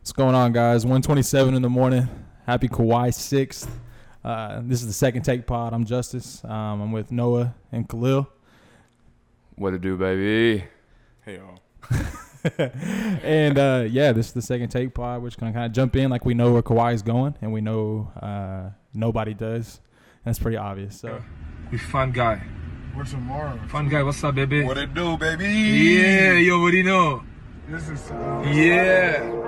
What's going on, guys? 127 in the morning. Happy Kawhi 6th. Uh, this is the second take pod. I'm Justice. Um, I'm with Noah and Khalil. What to do, baby? Hey y'all. and uh, yeah, this is the second take pod. We're just going to kind of jump in like we know where Kawhi is going, and we know uh, nobody does. And that's pretty obvious. So We fun guy. What's tomorrow? Fun guy, what's up, baby? What it do, baby? Yeah, you already know. This is uh, Yeah.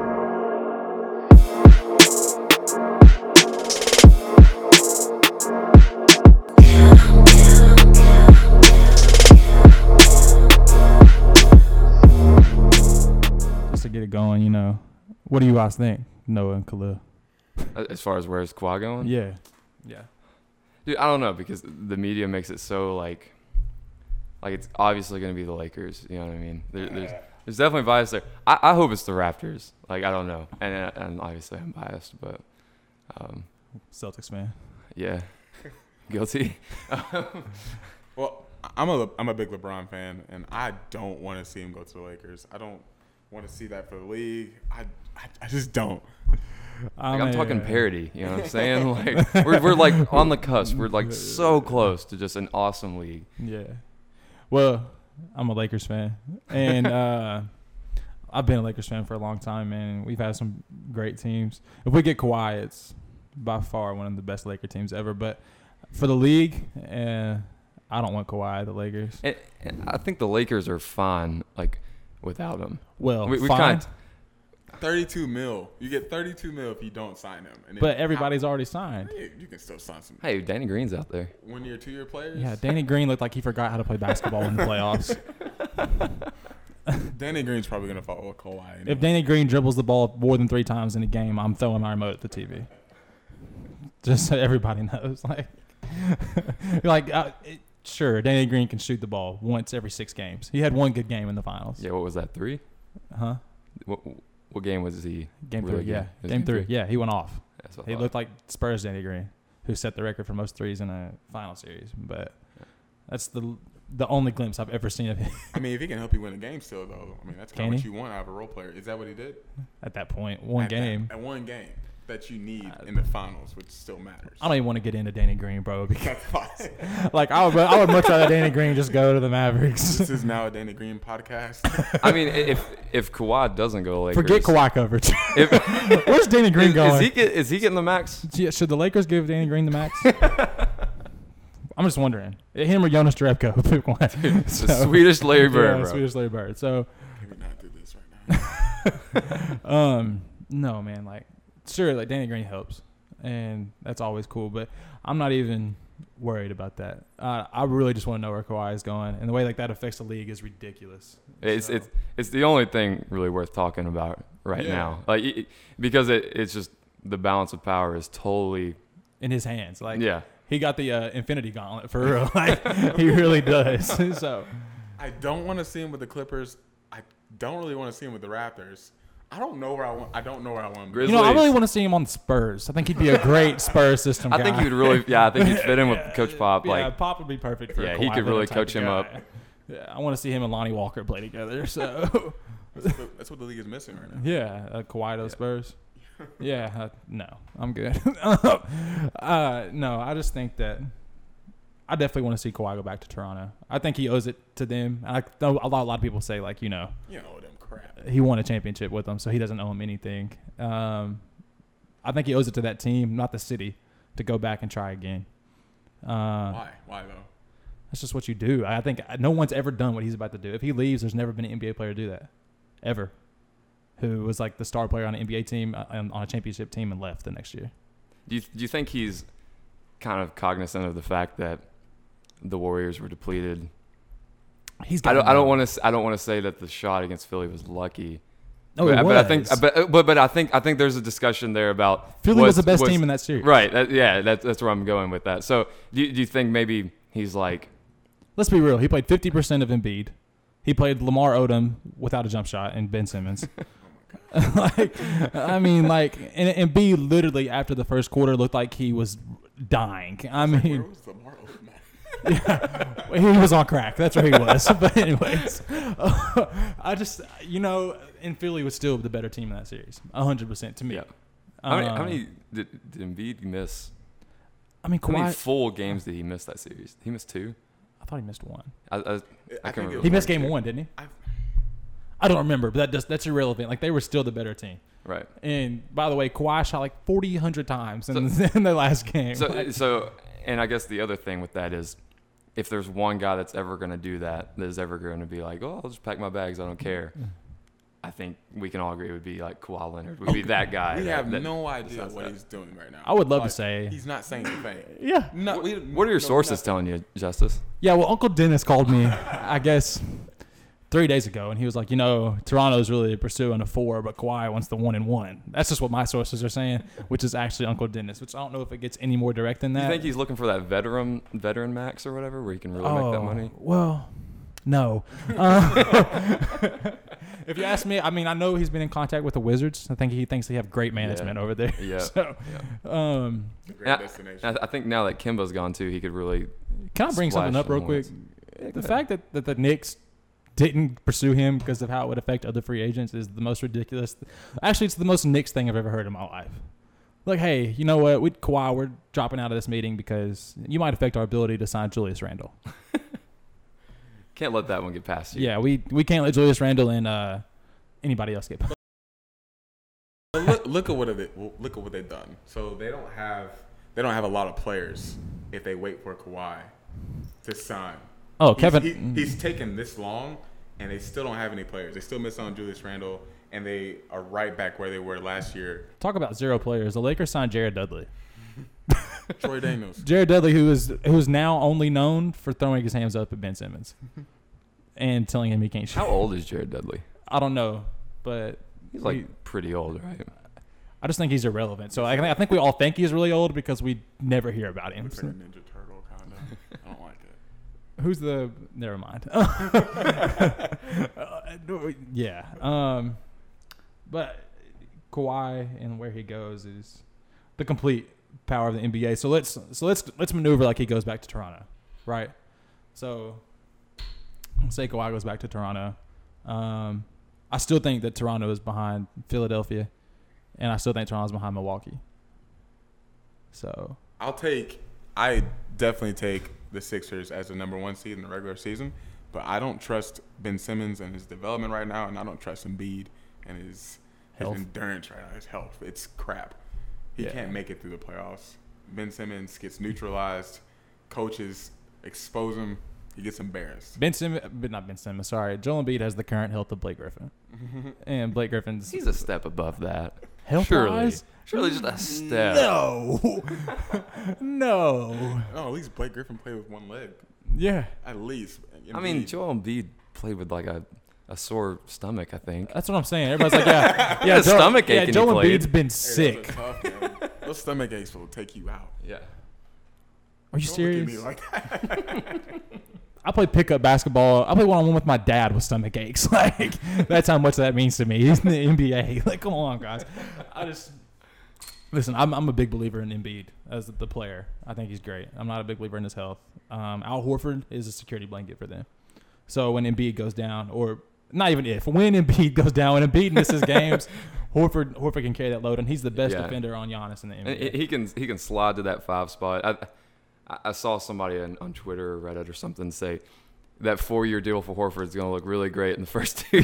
just to get it going, you know, what do you guys think, Noah and Khalil? A- As far as where's Kawhi going? Yeah. Yeah. Dude, I don't know because the media makes it so like, like it's obviously going to be the Lakers. You know what I mean? There, there's there's definitely bias there. I, I hope it's the Raptors. Like I don't know, and and- and obviously I'm biased, but um, Celtics, man. yeah, guilty. Well, I- I'm a Le- I'm a big LeBron fan, and I don't want to see him go to the Lakers. I don't want to see that for the league. I I, I just don't. Like, I'm talking Paris. parody. You know what I'm saying? Like we're we're like on the cusp. We're like so close to just an awesome league. Yeah. Well, I'm a Lakers fan, and uh, I've been a Lakers fan for a long time, man. We've had some great teams. If we get Kawhi, it's by far one of the best Laker teams ever. But for the league, eh, I don't want Kawhi the Lakers. And, and I think the Lakers are fine like without him. Well, We- we fine, can't- 32 mil. You get 32 mil if you don't sign him. And if- but everybody's already signed. Hey, you can still sign some Hey, Danny Green's out there. one year, two year players. Yeah, Danny Green looked like he forgot how to play basketball in the playoffs. Danny Green's probably gonna follow Kawhi. If Danny Green dribbles the ball more than three times in a game, I'm throwing my remote at the TV. Just so everybody knows, like, like uh, it, sure, Danny Green can shoot the ball once every six games. He had one good game in the finals. Yeah, what was that? Three? Huh? What, what game was he? Game Really three. good. Yeah. It was Game game three. three. Yeah, he went off. That's what I He thought. looked like Spurs Danny Green, who set the record for most threes in a final series. But that's the the only glimpse I've ever seen of him I mean, if he can help you win a game still, though, I mean that's Can kind of what he? you want out of a role player. Is that what he did? at that point. One At that- game. Uh, At one game that you need in the finals, which still matters. I don't even want to get into Danny Green, bro, because That's awesome. like I would, I would much rather Danny Green just go to the Mavericks. this is now a Danny Green podcast. I mean, i- if if Kawhi doesn't go, to Lakers, Forget Kawhi coverage. If, Where's Danny Green is, going? is he get, is he getting the max? Yeah, should the Lakers give Danny Green the max? I'm just wondering. Him or Jonas Drevko, pick one. The Swedish Larry Bird, yeah, bro. Swedish Larry Bird. So, Can we not do this right now? um, no, man. Like, sure, like Danny Green helps, and that's always cool. But I'm not even worried about that. Uh, I really just want to know where Kawhi is going, and the way like that affects the league is ridiculous. It's So- it's it's the only thing really worth talking about right Yeah. now, like it, it- because it, it's just the balance of power is totally in his hands. Like, yeah. he got the uh, Infinity Gauntlet for real. Like, he really does. so. I don't want to see him with the Clippers. I don't really want to see him with the Raptors. I don't know where I want. I don't know where I want him. Grizz- You know, I Grizzlies. really want to see him on the Spurs. I think he'd be a great Spurs system. I think guy. he would really yeah. I think he'd fit in with Coach Pop. oh Yeah, Like Pop would be perfect for. a Yeah, he Kawhi could really Leonard type coach of him up. guy. Yeah, I want to see him and Lonnie Walker play together. So That's what- That's what the league is missing right now. yeah, uh, Kawhi to the Spurs. Yeah, uh, no, I'm good. uh, no, I just think that I definitely want to see Kawhi go back to Toronto. I think he owes it to them. I know a lot, a lot of people say like you know You know them crap. he won a championship with them, so he doesn't owe him anything. Um, I think he owes it to that team, not the city, to go back and try again. Uh, Why? Why though? that's just what you do. I think no one's ever done what he's about to do. If he leaves, there's never been an NBA player to do that, ever, who was like the star player on an NBA team uh, and on a championship team and left the next year. Do you, do you think he's kind of cognizant of the fact that the Warriors were depleted? He's. I gotta don't. I don't know. want to. I don't want to say that the shot against Philly was lucky. No, but, Oh, it but I think. was. But, but but I think. I think there's a discussion there about Philly was what's- the best what's- team in that series. Right. That, yeah. That's that's where I'm going with that. So do you, do you think maybe he's like Let's be real. He played 50% of Embiid. He played Lamar Odom without a jump shot and Ben Simmons. like, I mean, like, and, and B literally after the first quarter looked like he was dying. I Where mean, was Lamar Odom? at? he was on crack. That's where he was. but anyways, I just, you know, and Philly was still the better team in that series, hundred percent to me. Yeah. How many, how Um, many did, did Embiid miss? I mean, How many Kawhi. full games did he miss that series? He missed two. I thought he missed one. I, I, I can't think it remember. was He missed like- game one, didn't he? I- I don't remember, but that does, that's irrelevant. Like they were still the better team. Right. And by the way, Kawhi shot like 40, 100 times in, in the last game. So, Like, so, and I guess the other thing with that is, if there's one guy that's ever going to do that, that is ever going to be like, oh, I'll just pack my bags, I don't care. Mm-hmm. I think we can all agree it would be like Kawhi Leonard would be that guy. We that- have that- no idea that's what that. he's doing right now. I would love to Like, say- he's not saying a thing. yeah. No, we, What are your no, sources nothing. telling you, Justice? Yeah, well, Uncle Dennis called me, I guess, three days ago, and he was like, you know, Toronto's really pursuing a four, but Kawhi wants the one and one. That's just what my sources are saying, which is actually Uncle Dennis, which I don't know if it gets any more direct than that. You think he's looking for that veteran veteran max or whatever, where he can really Oh. make that money? Well, no. Uh, if you ask me, I mean, I know he's been in contact with the Wizards. I think he thinks they have great management over there. Yeah, So, um, Great And I- destination. I, I think now that Kimba's gone too, he could really. can I bring Splash something up real someone quick? else. The fact that, that the Knicks didn't pursue him because of how it would affect other free agents is the most ridiculous. Actually, it's the most Knicks thing I've ever heard in my life. Like, hey, you know what? We Kawhi, we're dropping out of this meeting because you might affect our ability to sign Julius Randle. Can't let that one get past you. Yeah, we, we can't let Julius Randle and uh, anybody else get. But look, look at what they look at what they've done. So they don't have they don't have a lot of players if they wait for Kawhi to sign. Oh, He's- Kevin. he- he's taken this long, and they still don't have any players. They still miss on Julius Randle, and they are right back where they were last year. Talk about zero players. The Lakers signed Jared Dudley. Troy Daniels. Jared Dudley, who is who is now only known for throwing his hands up at Ben Simmons and telling him he can't shoot. How old is Jared Dudley? I don't know, but He's like pretty old, right? I just think he's irrelevant. So I, think- I think we all think he's really old because we never hear about him. Looks like a Ninja Turtle kind of. I don't like it. Who's the? Never mind. Uh, yeah. Um, but Kawhi and where he goes is the complete power of the NBA. So let's so let's let's maneuver like he goes back to Toronto, right? So say Kawhi goes back to Toronto. Um, I still think that Toronto is behind Philadelphia, and I still think Toronto's behind Milwaukee. So I'll take. I definitely take the Sixers as the number one seed in the regular season, but I don't trust Ben Simmons and his development right now, and I don't trust Embiid and his his Health. endurance right now. His health, it's crap. He Yeah. can't make it through the playoffs. Ben Simmons gets neutralized. Coaches expose him. He gets embarrassed. Ben Simmons, but not Ben Simmons. Sorry, Joel Embiid has the current health of Blake Griffin, and Blake Griffin's He's a step above that. health surely, wise. surely just a step. No, no. Oh, at least Blake Griffin played with one leg. Yeah, At least. I mean, Embiid- Joel Embiid played with like a, a sore stomach, I think. that's what I'm saying. Everybody's like, yeah, yeah. a stomach ache yeah, and he Joel played. Embiid's been Hey, those sick. are tough, man. Those stomach aches will take you out. Yeah. Are you Don't look at me serious? like that. I play pickup basketball. I play one on one with my dad with stomach aches. Like that's how much that means to me. He's in the NBA. Like come on, guys. I just listen. I'm I'm a big believer in Embiid as the player. I think he's great. I'm not a big believer in his health. Um, Al Horford is a security blanket for them. So when Embiid goes down, or not even if when Embiid goes down, when Embiid misses games, Horford Horford can carry that load, and he's the best Yeah. defender on Giannis in the And he NBA. he can he can slide to that five spot. I I- I saw somebody on, on Twitter or Reddit or something say that four year deal for Horford is going to look really great in the first two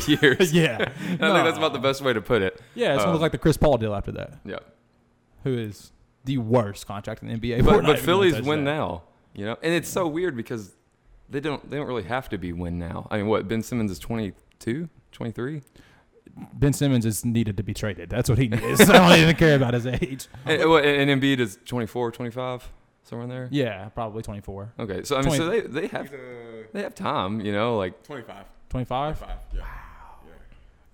years. yeah, I think that's about the best way to put it. yeah. It's Uh, almost like the Chris Paul deal after that. Yeah. who is the worst contract in the NBA. We're But, not but even gonna Phillies touch win that. now, you know, and it's so weird because they don't they don't really have to be win now. I mean, what Ben Simmons is 22, 23? Ben Simmons is needed to be traded. That's what he is. I don't even care about his age. and, well, and and Embiid is 24, 25, somewhere in there. Yeah, probably 24. Okay, so I mean, so they they have He's uh, they have time, you know, like 25. 25? Five. Yeah. Yeah.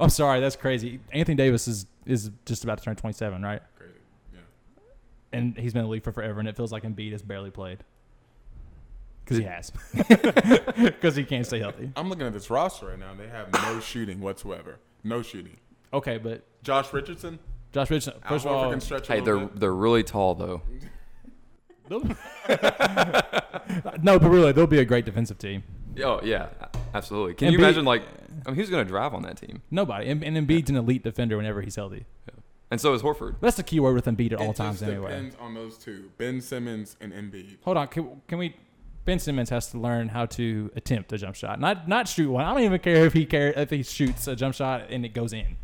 I'm Oh, sorry, that's crazy. Anthony Davis is is just about to turn 27, right? Crazy. Yeah. And he's been in the league for forever, and it feels like Embiid has barely played. Because he has. Because he can't stay healthy. I'm looking at this roster right now. and They have no shooting whatsoever. No shooting. Okay, but Josh Richardson. Josh Richardson, Al first of Horford all, can stretch a hey, little they're bit. they're really tall though. no, but really, they'll be a great defensive team. Oh yeah, absolutely. Can you Embiid- imagine like I mean, who's going to drive on that team? Nobody. And, and Embiid's an elite defender whenever he's healthy. And so is Horford. That's the key word with Embiid at all it times, just anyway. depends on those two, Ben Simmons and Embiid. Hold on. Can, can we? Ben Simmons has to learn how to attempt a jump shot, not not shoot one. I don't even care if he care if he shoots a jump shot and it goes in.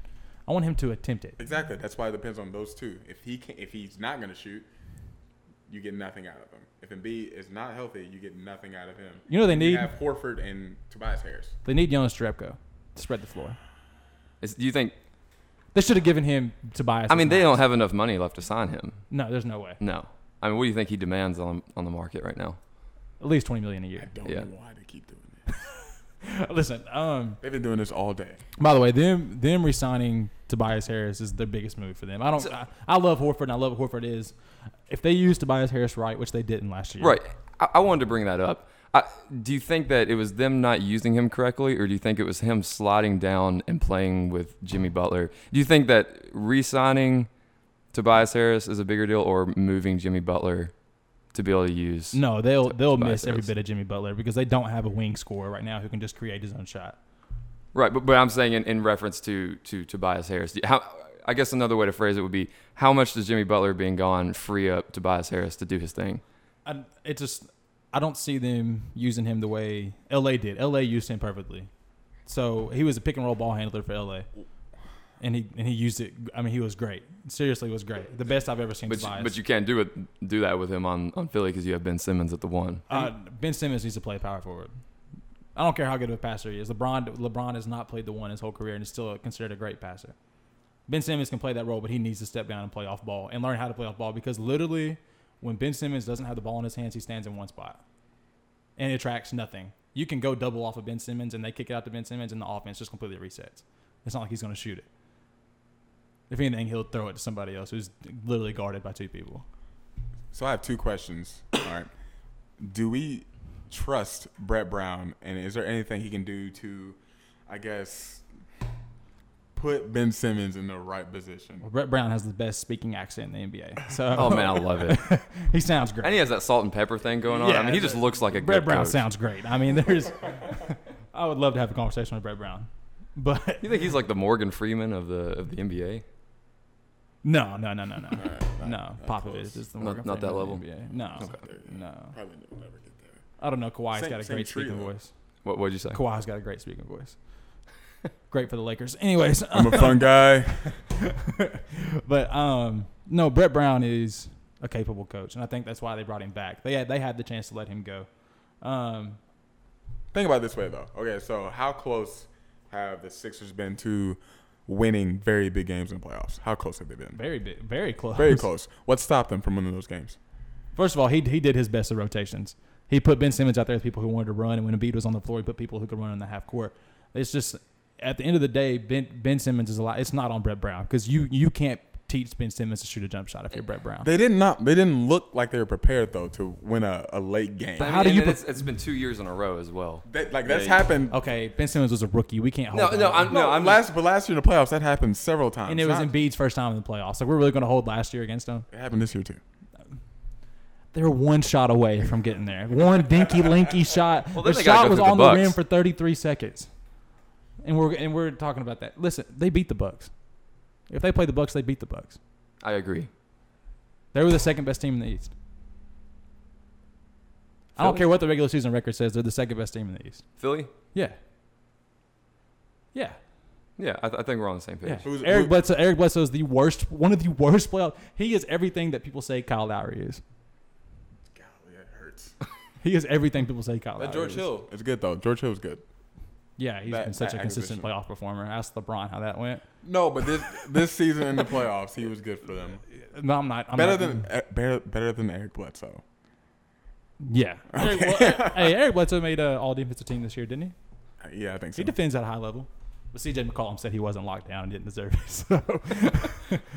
I want him to attempt it. Exactly. That's why it depends on those two. If he can, if he's not going to shoot, you get nothing out of him. If Embiid is not healthy, you get nothing out of him. You know they You need have Horford and Tobias Harris. they need Jonas Jerebko to spread the floor. Is, do you think? They should have given him Tobias. I mean, as they an don't have enough money left to sign him. option. No, there's no way. No. I mean, what do you think he demands on on the market right now? At least twenty million a I year. don't Yeah. know why they keep doing this. Listen, um, They've been doing this all day. by the way, them them resigning Tobias Harris is their biggest move for them. I don't. I, I love Horford, and I love what Horford is. If they use Tobias Harris right, which they didn't last year, Right. I, I wanted to bring that up. I, do you think that it was them not using him correctly, or do you think it was him sliding down and playing with Jimmy Butler? Do you think that re-signing Tobias Harris is a bigger deal, or moving Jimmy Butler to be able to use? No, they'll they'll Tobias miss every Harris. bit of Jimmy Butler because they don't have a wing scorer right now who can just create his own shot. Right, but, but I'm saying in, in reference to to Tobias Harris, do- how, I guess another way to phrase it would be how much does Jimmy Butler being gone free up Tobias Harris to do his thing? I, it just I don't see them using him the way LA did. LA used him perfectly. So he was a pick and roll ball handler for LA. And he and he used it I mean he was great. Seriously was great. The best I've ever seen But you, Tobias. but you can't do it do that with him on on Philly because you have Ben Simmons at the one. uh, Ben Simmons needs to play power forward. I don't care how good of a passer he is. LeBron LeBron has not played the one his whole career and is still considered a great passer. Ben Simmons can play that role, but he needs to step down and play off ball and learn how to play off ball because literally, when Ben Simmons doesn't have the ball in his hands, he stands in one spot and it attracts nothing. You can go double off of Ben Simmons and they kick it out to Ben Simmons and the offense just completely resets. It's not like he's going to shoot it. If anything, he'll throw it to somebody else who's literally guarded by two people. So I have two questions. All right. Do we trust Brett Brown and is there anything he can do to I guess put Ben Simmons in the right position? Well, Brett Brown has the best speaking accent in the NBA. So Oh man, I love it. he sounds And great. he has that salt and pepper thing going on. I mean, he just looks like a Brett good Brown coach. sounds great. I mean, there's. I would love to have a conversation with Brett Brown, but You think he's like the Morgan Freeman of the of the NBA? no, no, no, no, no, no. Popovich is the Not- Morgan not that Freeman level. of the NBA. No, no. Probably will never get there. I don't know. Kawhi's Same- got a same great trio. speaking voice. What would you say? Kawhi's got a great speaking voice. Great for the Lakers. Anyways, I'm a fun guy. but um, no, Brett Brown is a capable coach, and I think that's why they brought him back. They had they had the chance to let him go. Um, Think about it this way though. Okay, so how close have the Sixers been to winning very big games in playoffs? How close have they been? very big, very close. Very close. What stopped them from winning those games? First of all, he he did his best of rotations. He put Ben Simmons out there with people who wanted to run, and when Embiid was on the floor, he put people who could run in the half court. It's just at the end of the day, Ben Ben Simmons is a lot. It's not on Brett Brown because you you can't teach Ben Simmons to shoot a jump shot if you're Brett Brown. They did not. They didn't look like they were prepared though to win a, a late game. I mean, How do and you then pre- it's, it's been two years in a row as well. That, like that's Yeah, you- happened. okay, Ben Simmons was a rookie. We can't hold. No, that no, up. I'm no, I'm last, but last year in the playoffs, that happened several times. and it was Not- Embiid's first time in the playoffs. Like we're really going to hold last year against him. It happened this year too. They're one shot away from getting there. One dinky linky shot. Well, the then they gotta shot go was through the on the, Bucks. rim for 33 seconds, and we're and we're talking about that. Listen, they beat the Bucks. If they play the Bucks, they beat the Bucks. I agree. They were the second best team in the East. I don't Philly? care what the regular season record says. They're the second best team in the East. Philly? Yeah. Yeah. Yeah, I, th- I think we're on the same page. Yeah. Who's- Eric who- Bledsoe. Eric Bledsoe is the worst. One of the worst playoff. He is everything that people say Kyle Lowry is. Golly, that hurts. He is everything people say Kyle. That Lowry George is. Hill. It's good though. George Hill's good. Yeah, he's That- been such that a consistent acquisition. playoff performer. Ask LeBron how that went. No, but this this season in the playoffs, he was good for them. No, I'm not. I'm better not- than eh, better, better than Eric Bledsoe. yeah. Eric, well, hey, Eric Bledsoe made an all defensive team this year, didn't he? Uh, Yeah, I think so. He defends at a high level. But CJ McCollum said he wasn't locked down and didn't deserve it. So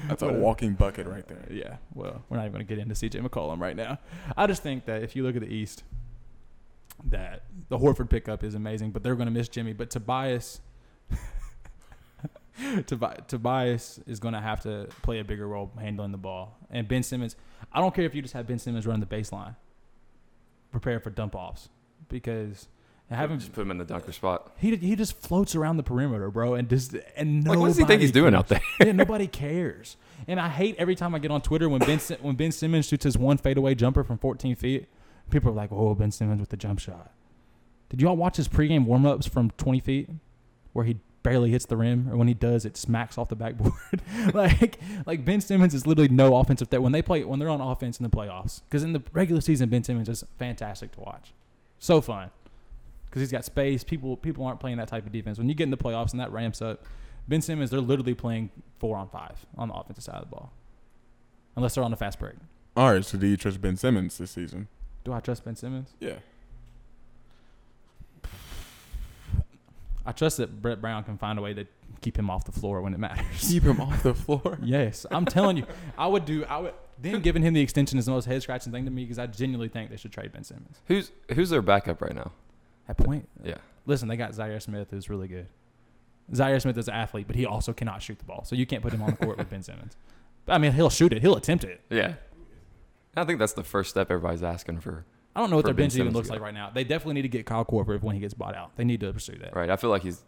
That's a walking bucket right there. yeah, well, we're not even going to get into CJ McCollum right now. I just think that if you look at the East, that the Horford pickup is amazing, but they're going to miss Jimmy. But Tobias, Tobi- Tobias is going to have to play a bigger role handling the ball. And Ben Simmons, I don't care if you just have Ben Simmons run the baseline. Prepare for dump offs because I haven't. Just put him in the dunker spot. He he just floats around the perimeter, bro, and just and nobody. Like, what does he think he's doing out there? yeah, nobody cares. And I hate every time I get on Twitter when Ben Sim- when Ben Simmons shoots his one fadeaway jumper from 14 feet, people are like, "Oh, Ben Simmons with the jump shot." Did y'all watch his pregame warmups from 20 feet, where he barely hits the rim, or when he does, it smacks off the backboard? like, like Ben Simmons is literally no offensive that when they play when they're on offense in the playoffs, because in the regular season, Ben Simmons is fantastic to watch, so fun. Because he's got space, people people aren't playing that type of defense. When you get in the playoffs and that ramps up, Ben Simmons, they're literally playing four on five on the offensive side of the ball, unless they're on a fast break. All right, so do you trust Ben Simmons this season? Do I trust Ben Simmons? Yeah. I trust that Brett Brown can find a way to keep him off the floor when it matters. Keep him off the floor. yes, I'm telling you, I would do. I would then giving him the extension is the most head scratching thing to me because I genuinely think they should trade Ben Simmons. Who's who's their backup right now? At point, Yeah. listen, they got Zaire Smith who's really good. Zaire Smith is an athlete, but he also cannot shoot the ball, so you can't put him on the court with Ben Simmons. I mean, he'll shoot it. He'll attempt it. Yeah. I think that's the first step everybody's asking for. I don't know what For their Ben bench even Simmons looks to like go. right now. They definitely need to get Kyle Korver when he gets bought out. They need to pursue that. Right. I feel like he's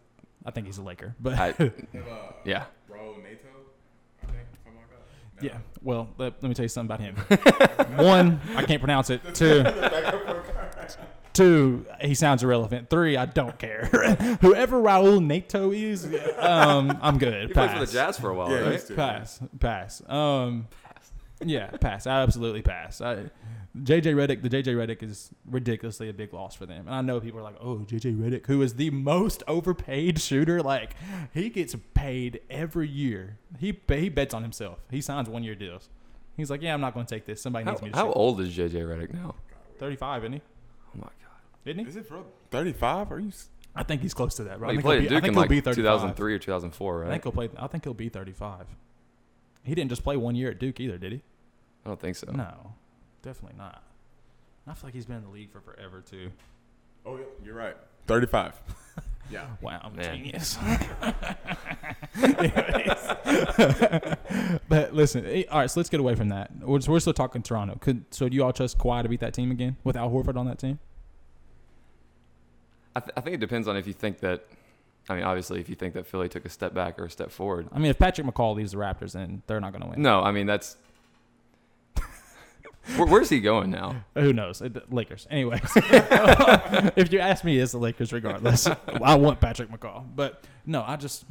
I think he's a Laker, but I, yeah. Bro, NATO. I think something like that. yeah. Well, let, let me tell you something about him. One, I can't pronounce it. Two, two, he sounds irrelevant. Three, I don't care. Whoever Raul Nato is, um, I'm good. He pass. played for the Jazz for a while, Yeah, right? he's too. Pass, pass. Um, yeah, pass. I absolutely pass. I, JJ Reddick, the JJ Reddick is ridiculously a big loss for them, and I know people are like, "Oh, JJ Reddick, who is the most overpaid shooter? Like, he gets paid every year. He he bets on himself. He signs one year deals. He's like, "Yeah, I'm not going to take this. Somebody How, needs me to how shoot." old is JJ Redick now? Thirty-five, isn't he? Oh my god. Isn't he? Is it for real? 35? Are you. s- I think he's close to that. Right? He I think played he'll be, I at Duke in think he'll be like 35. 2003 or 2004, I right? I, think he'll play. I think he'll be thirty-five. He didn't just play one year at Duke either, did he? don't think so. No, definitely not. I feel like he's been in the league for forever too. Oh, yeah, you're right. 35. yeah. Wow, I'm a Man. genius. Anyways. but listen, eh, all right. So let's get away from that. We're, we're still talking Toronto. Could so do you all trust Kawhi to beat that team again with Al Horford on that team? I, th- I think it depends on if you think that. I mean, obviously, if you think that Philly took a step back or a step forward. I mean, if Patrick McCall leaves the Raptors, then they're not going to win. No, I mean that's. Where, where's he going now? Who knows? It- the Lakers. Anyways, if you ask me, it's the Lakers regardless. I want Patrick McCall, but no, I just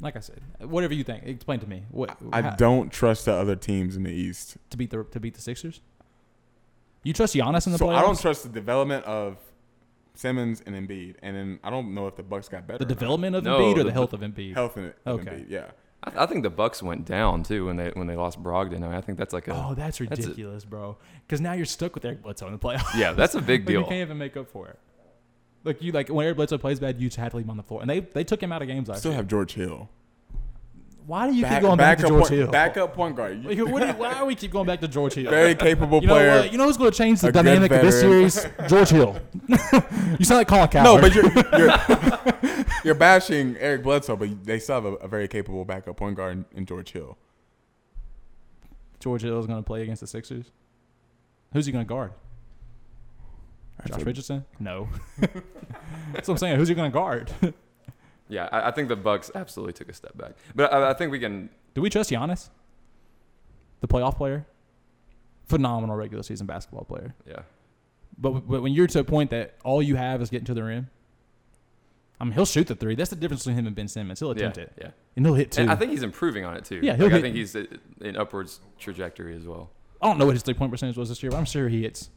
like I said, whatever you think, explain to me what I how- don't trust the other teams in the East. to beat the to beat the Sixers. You trust Giannis in the So playoffs? I don't trust the development of Simmons and Embiid, and then I don't know if the Bucks got better. the or not. development of No, Embiid or the, the- health of Embiid. health in it. Okay. Embiid, yeah. I, I think the Bucks went down too when they when they lost Brogdon. I mean, I think that's like a Oh, that's That's a- ridiculous, bro. Because now you're stuck with Eric Bledsoe in the playoffs. yeah, that's a big Like, you deal. can't even make up for it. Like you, like when Eric Bledsoe plays bad, you just have to leave him on the floor, and they they took him out of games last Still year. have George Hill. Why do you keep going back, to backup George point, Hill? Backup point guard. Like, You- what do you- why do we keep going back to George Hill? Very capable you know player. what? You know who's going to change the A good dynamic of this veteran. series? George Hill. you sound like Colin Cowherd. no, but you're you're, you're bashing Eric Bledsoe, but they still have a, a very capable backup point guard in, in George Hill. George Hill is going to play against the Sixers. Who's he going to guard? Josh Richardson? No. That's what I'm saying. Who's he going to guard? Yeah, I, I think the Bucks absolutely took a step back. But I, I think we can. Do we trust Giannis? The playoff player? Phenomenal regular season basketball player. Yeah, But, but when you're to a point that all you have is getting to the rim, I mean, he'll shoot the three. That's the difference between him and Ben Simmons. He'll yeah, attempt it. yeah. And he'll hit two. And I think he's improving on it too. Yeah, he'll Like, I hit- think he's uh, in upwards trajectory as well. I don't know what his three point percentage was this year, but I'm sure he hits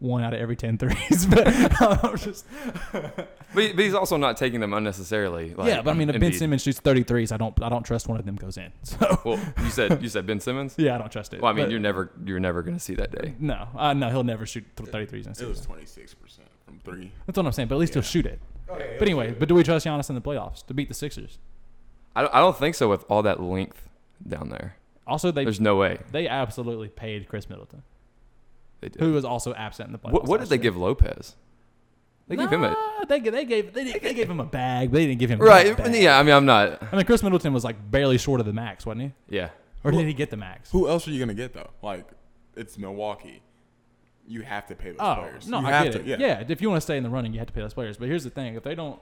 one out of every 10 threes. but I'm just, But, he- but he's also not taking them unnecessarily. Like, yeah, but I mean, if Ben Embiid. Simmons shoots 33s, I don't, I don't trust one of them goes in. So Well, you said you said Ben Simmons. yeah, I don't trust it. Well, I mean, But you're never you're never gonna see that day. no, uh, no, he'll never shoot th- 33s in a It was season. twenty six percent from three. That's what I'm saying. But at least Oh, he'll shoot it. but anyway, but do we trust Giannis in the playoffs to beat the Sixers? I don't, I don't think so with all that length down there. Also, they There's no way they absolutely paid Chris Middleton, they did. who was also absent in the playoffs. what, what did last they year. give Lopez? They gave him a Nah, They, g- they gave they, didn't- they gave him a bag. But they didn't give him right. a bag. Yeah, I mean, I'm not. I mean, Chris Middleton was like barely short of the max, wasn't he? Yeah, Or did he get the max? Who else are you gonna get though? Like, it's Milwaukee. you have to pay those Oh players. no, you I have get to, it. Yeah. if you want to stay in the running, you have to pay those players. But here's the thing: if they don't,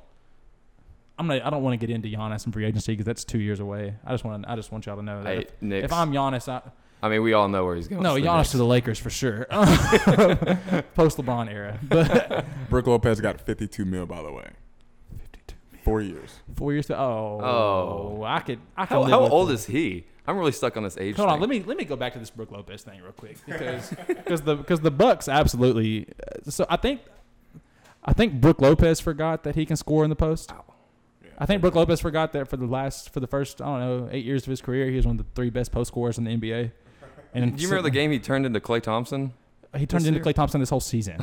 I'm not. I don't want to get into Giannis and free agency because that's two years away. I just want. I just want y'all to know that Hey, if, Knicks. if I'm Giannis, I, I mean, we all know where he's going. no It's the Giannis Knicks. to the Lakers for sure. Post LeBron era, but Brooke Lopez got 52 mil, by the way. 52 Four years. four years. To, oh, Oh. I could. I could How, live how with old that. is he? I'm really stuck on this age. Hold thing. on, let me let me go back to this Brook Lopez thing real quick because because the because the Bucks absolutely. uh, So I think I think Brook Lopez forgot that he can score in the post. I think Brook Lopez forgot that for the last for the first I don't know eight years of his career he was one of the three best post scorers in the NBA. And Do you remember the game he turned into Clay Thompson? He turned this into year? Clay Thompson this whole season.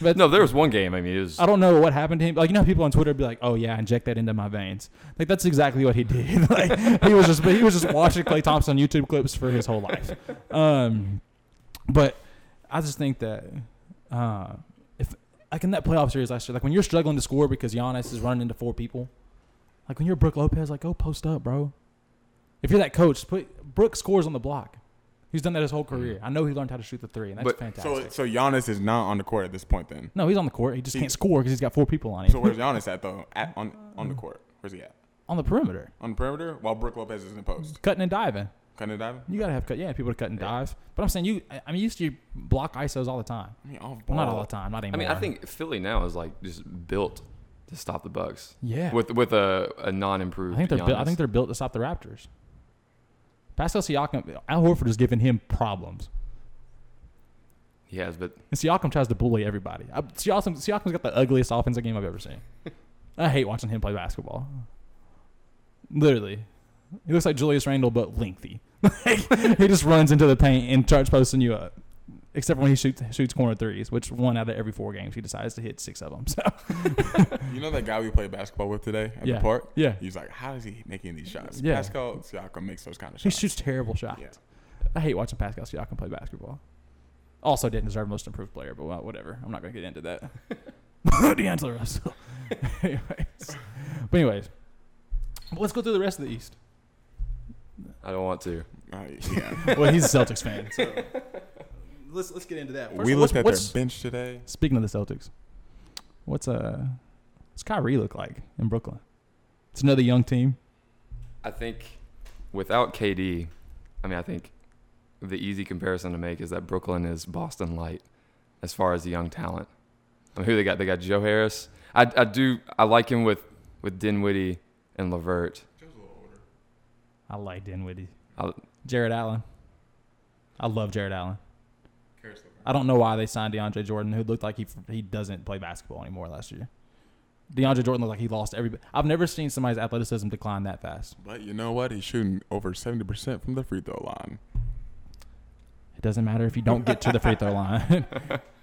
But No, there was one game. I mean, it was. I don't know what happened to him. Like you know, how people on Twitter be like, "Oh yeah, inject that into my veins." Like that's exactly what he did. like he was just he was just watching Clay Thompson YouTube clips for his whole life. Um, but I just think that uh, if like in that playoff series last year, like when you're struggling to score because Giannis is running into four people, like when you're Brooke Lopez, like go post up, bro. If you're that coach, put Brooke scores on the block. He's done that his whole career. I know he learned how to shoot the three, and that's But- fantastic. So, so Giannis is not on the court at this point, then. no, he's on the court. He just He- can't score because he's got four people on him So where's Giannis at though? At, on on the court, where's he at? on the perimeter. On the perimeter, while Brooke Lopez is in the post. cutting and diving. Kind of diving. You gotta have cut, yeah, people to cut and dive. But I'm saying you, I- I'm used to you block ISOs all the time. I mean, off Well, ball. not all the time, not I anymore. mean, I think Philly now is like just built to stop the Bucks. Yeah. With with a, a non improved. I think they're built. I think they're built to stop the Raptors. Pascal Siakam, Al Horford is giving him problems, He has, but and Siakam tries to bully everybody. I, Siakam, Siakam's got the ugliest offensive game I've ever seen. I hate watching him play basketball. Literally, he looks like Julius Randle but lengthy. Like, he just runs into the paint and starts posting you up. Except for when he shoots shoots corner threes, which one out of every four games he decides to hit six of them. So You know that guy we played basketball with today at Yeah. the park? Yeah. He's like, how is he making these shots? Yeah. Pascal Siakam makes those kind of He shots. shoots terrible shots. Yeah. I hate watching Pascal Siakam play basketball. Also, didn't deserve most improved player, but well, whatever. I'm not going to get into that. D'Angelo Russell. anyways. But, anyways, let's go through the rest of the East. I don't want to. Uh, yeah. Well, he's a Celtics fan. So. Let's, let's get into that. First we of all, what's- looked at what's- their bench today. Speaking of the Celtics, what's, uh, what's Kyrie look like in Brooklyn? It's another young team. I think without KD, I mean, I think the easy comparison to make is that Brooklyn is Boston light as far as the young talent. I mean, who they got? They got Joe Harris. I, I do. I like him with with Dinwiddie and Lavert. I like Dinwiddie. I, Jared Allen. I love Jared Allen. I don't know why they signed DeAndre Jordan, who looked like he he doesn't play basketball anymore last year. DeAndre Jordan looked like he lost every. I've never seen somebody's athleticism decline that fast. But you know what? He's shooting over 70% from the free throw line. It doesn't matter if you don't get to the free throw line.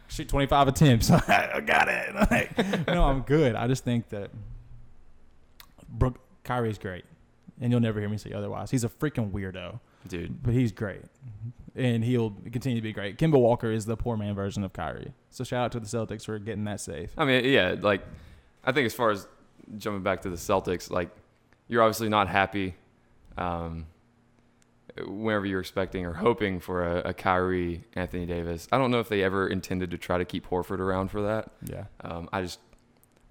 Shoot twenty five attempts. I got it. Like, no, I'm good. I just think that Brooke Kyrie's great, and you'll never hear me say otherwise. He's a freaking weirdo. dude, but he's great, and he'll continue to be great. Kimba Walker is the poor man version of Kyrie. So shout out to the Celtics for getting that safe. I mean, yeah, like I think as far as jumping back to the Celtics, like you're obviously not happy um, whenever you're expecting or hoping for a, a Kyrie, Anthony Davis. I don't know if they ever intended to try to keep Horford around for that. Yeah, Um, I just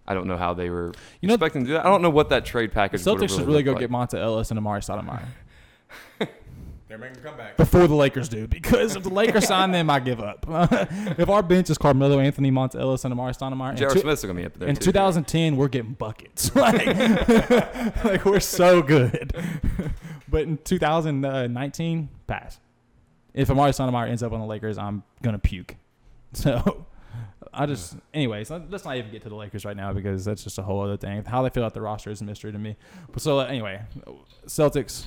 I don't know how they were You know, expecting to do that. I don't know what that trade the package. Celtics would've should really go looked get like. Monta Ellis and Amari Stoudemire They're making a comeback. before the Lakers do, because if the Lakers sign them, I give up. if our bench is Carmelo Anthony, Monta Ellis, and Amari Stoudemire, and J.R. two- Smith's gonna be up there in too. 2010 we're getting buckets like, like we're so good but in 2019 pass if amari Sotomayor ends up on the lakers i'm gonna puke so i just anyways let- let's not even get to the lakers right now because that's just a whole other thing how they fill out the roster is a mystery to me but so uh, anyway celtics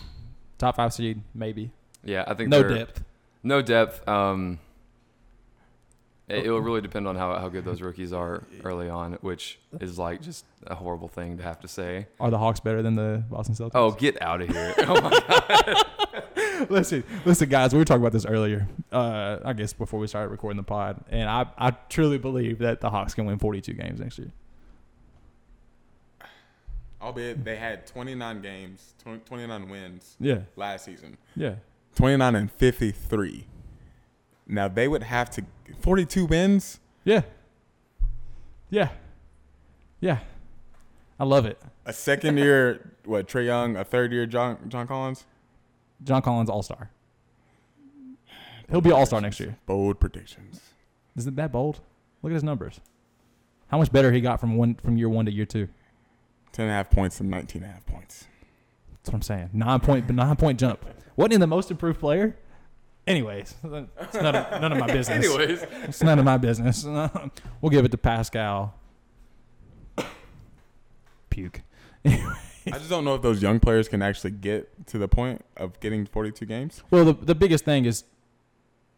top five seed maybe Yeah, I think no they're- depth No depth. Um, it, will really depend on how, how good those rookies are early on, which is like just a horrible thing to have to say. are the hawks better than the boston celtics Oh, get out of here! Oh my God. listen, listen, guys. We were talking about this earlier. Uh, I guess before we started recording the pod, and I, I truly believe that the Hawks can win 42 games next year. Albeit they had 29 games, 20, 29 wins Yeah, last season, yeah. 29 and 53. Now they would have to 42 wins. Yeah. Yeah. Yeah. I love it. A second year, what Trey Young, a third year John John Collins. John Collins All Star. He'll be All Star next year. Bold predictions. Isn't that bold? Look at his numbers. How much better he got from one from year one to year two. Ten and a half points and nineteen and a half points. That's what I'm saying. Nine point nine point jump. Wasn't he the most improved player? Anyways, it's none of, none of my business. Anyways, It's none of my business. we'll give it to Pascal. Puke. I just don't know if those young players can actually get to the point of getting 42 games. Well, the, the biggest thing is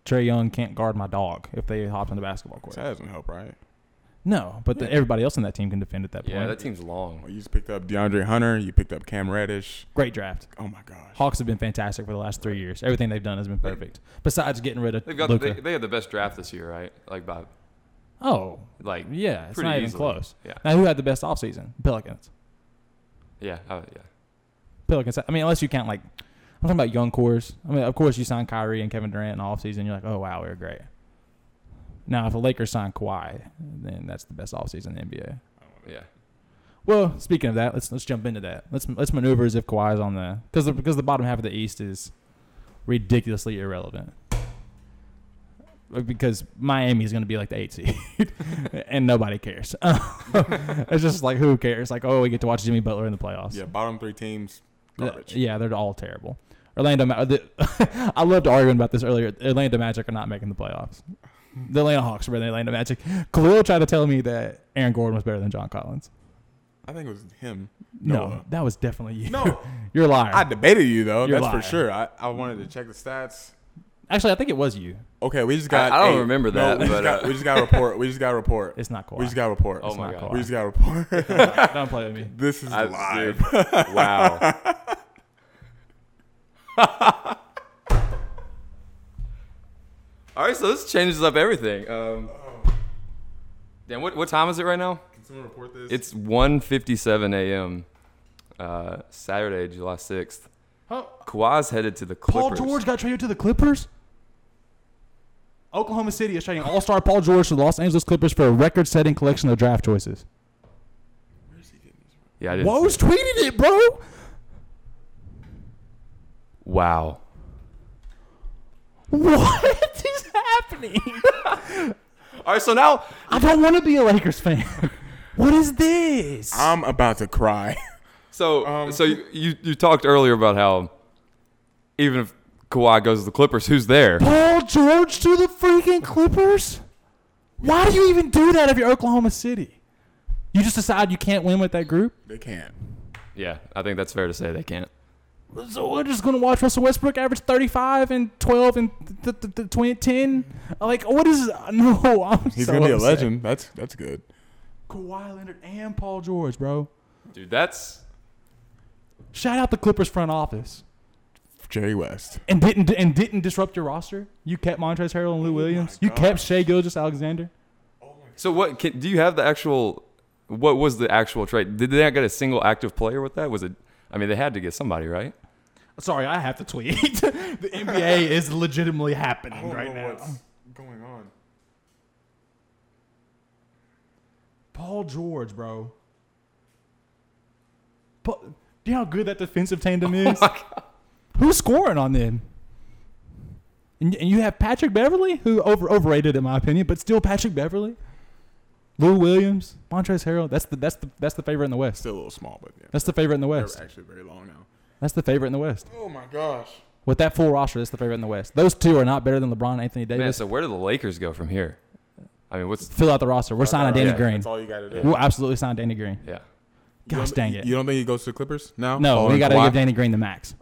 Trey Young can't guard my dog if they hop on the basketball So court. that doesn't help, right? No, but the, everybody else in that team can defend at that point. yeah, that team's long. Well, you just picked up DeAndre Hunter. You picked up Cam Reddish. Great draft. Oh my gosh. Hawks have been fantastic for the last three years. Everything they've done has been perfect. Besides getting rid of They've got Luka. they, they had the best draft this year, right? Like by oh, like yeah, it's pretty not even easily. close. Yeah, Now, who had the best offseason? Pelicans. yeah, I would- yeah. Pelicans. I mean, unless you count like I'm talking about young cores. I mean, of course you sign Kyrie and Kevin Durant in the offseason, you're like, oh wow, we're great. Now if the Lakers sign Kawhi, then that's the best offseason in the NBA. Yeah. Well, speaking of that, let's let's jump into that. Let's let's maneuver as if Kawhi is on the because the, because the bottom half of the East is ridiculously irrelevant. Like, Because Miami is going to be like the eight seed, and nobody cares. it's just like who cares? Like oh, we get to watch Jimmy Butler in the playoffs. Yeah, bottom three teams. Th- Garbage. Yeah, they're all terrible. Orlando, Ma- the, I loved arguing about this earlier. Orlando Magic are not making the playoffs. The Atlanta Hawks are better than Atlanta Magic. Khalil tried to tell me that Aaron Gordon was better than John Collins. I think it was him. No, Noah. that was definitely you. No, You're a liar. I debated you though. You're that's lying. for sure. I, I wanted to check the stats. Actually, I think it was you. Okay, we just got. I- I don't eight. remember No, that, we, just but, got, uh, we just got a report. We just got a report. It's not Kawhi. we just got a report. Oh my not god. we just got a report. Don't play with me. this is I- live. dude, wow. All right, so this changes up everything. Um, damn, what, what time is it right now? Can someone report this? It's 1.57 a.m. Uh, Saturday, July 6th. Kawhi's headed to the Paul Clippers. George got traded to the Clippers? Oklahoma City is trading all star Paul George to the Los Angeles Clippers for a record setting collection of draft choices. Yeah, I didn't see- Woes tweeted it, bro. Wow. What is happening? All right, so now I don't want to be a Lakers fan. What is this? I'm about to cry. So, so you, you you talked earlier about how even if Kawhi goes to the Clippers, who's there? Paul George to the freaking Clippers? Why do you even do that if you're Oklahoma City? You just decide you can't win with that group? they can't. Yeah, I think that's fair to say they can't. So we're just going to watch Russell Westbrook average 35 and 12 and th- th- th- 20 and 10? Like, what is. No, I'm He's so gonna be a upset. legend. That's that's good. Kawhi Leonard and Paul George, bro. Dude, that's Shout out the Clippers front office. Jerry West. And didn't and didn't disrupt your roster. You kept Montrezl Harrell Oh and Lou Williams. You kept Shea Gilgis Alexander. so. What can, do you have the actual? What was the actual trade? Did they not get a single active player with that? Was it? I mean, they had to get somebody, right? Sorry, I have to tweet. the NBA is legitimately happening right now. going on. Paul George, bro. Pa- do you know how good that defensive tandem is? Who's scoring on them? And, and you have Patrick Beverly, who over overrated in my opinion, but still Patrick Beverly. Lou Williams, Montrezl Harrell. That's the that's the that's the favorite in the West. Still a little small, but yeah. That's the favorite in the They're West. actually very long now. That's the favorite in the West. Oh my gosh. With that full roster, that's the favorite in the West. Those two are not better than LeBron, and Anthony Man, Davis. so where do the Lakers go from here? I mean, what's Fill out the roster. We're signing Danny yeah, Green. That's all you gotta do. We'll absolutely sign Danny Green. yeah? Gosh dang it. You don't think he goes to the Clippers? No. No, Paul we and got to Kawhi? give Danny Green the max.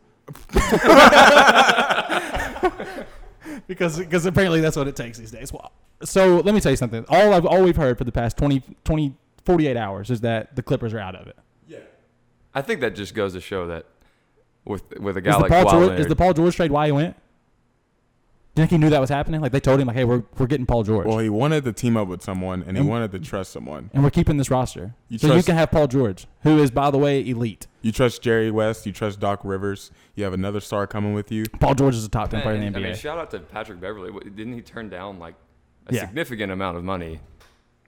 because because apparently that's what it takes these days. Well, so let me tell you something. All I've all we've heard for the past 20, 20 48 hours is that the Clippers are out of it. I think that just goes to show that with with a guy Is the like Paul Kawhi George, Leonard, is the Paul George trade why he went? Do you think he knew that was happening? Like they told him, like, hey, we're we're getting Paul George, Well, he wanted to team up with someone, and he And- wanted to trust someone. and we're keeping this roster, You so you trust- can have Paul George, who is by the way elite. You trust Jerry West. You trust Doc Rivers. You have another star coming with you. Paul George is a top ten player Man, in the I NBA. mean, shout out to Patrick Beverly. Didn't he turn down like a Yeah. significant amount of money?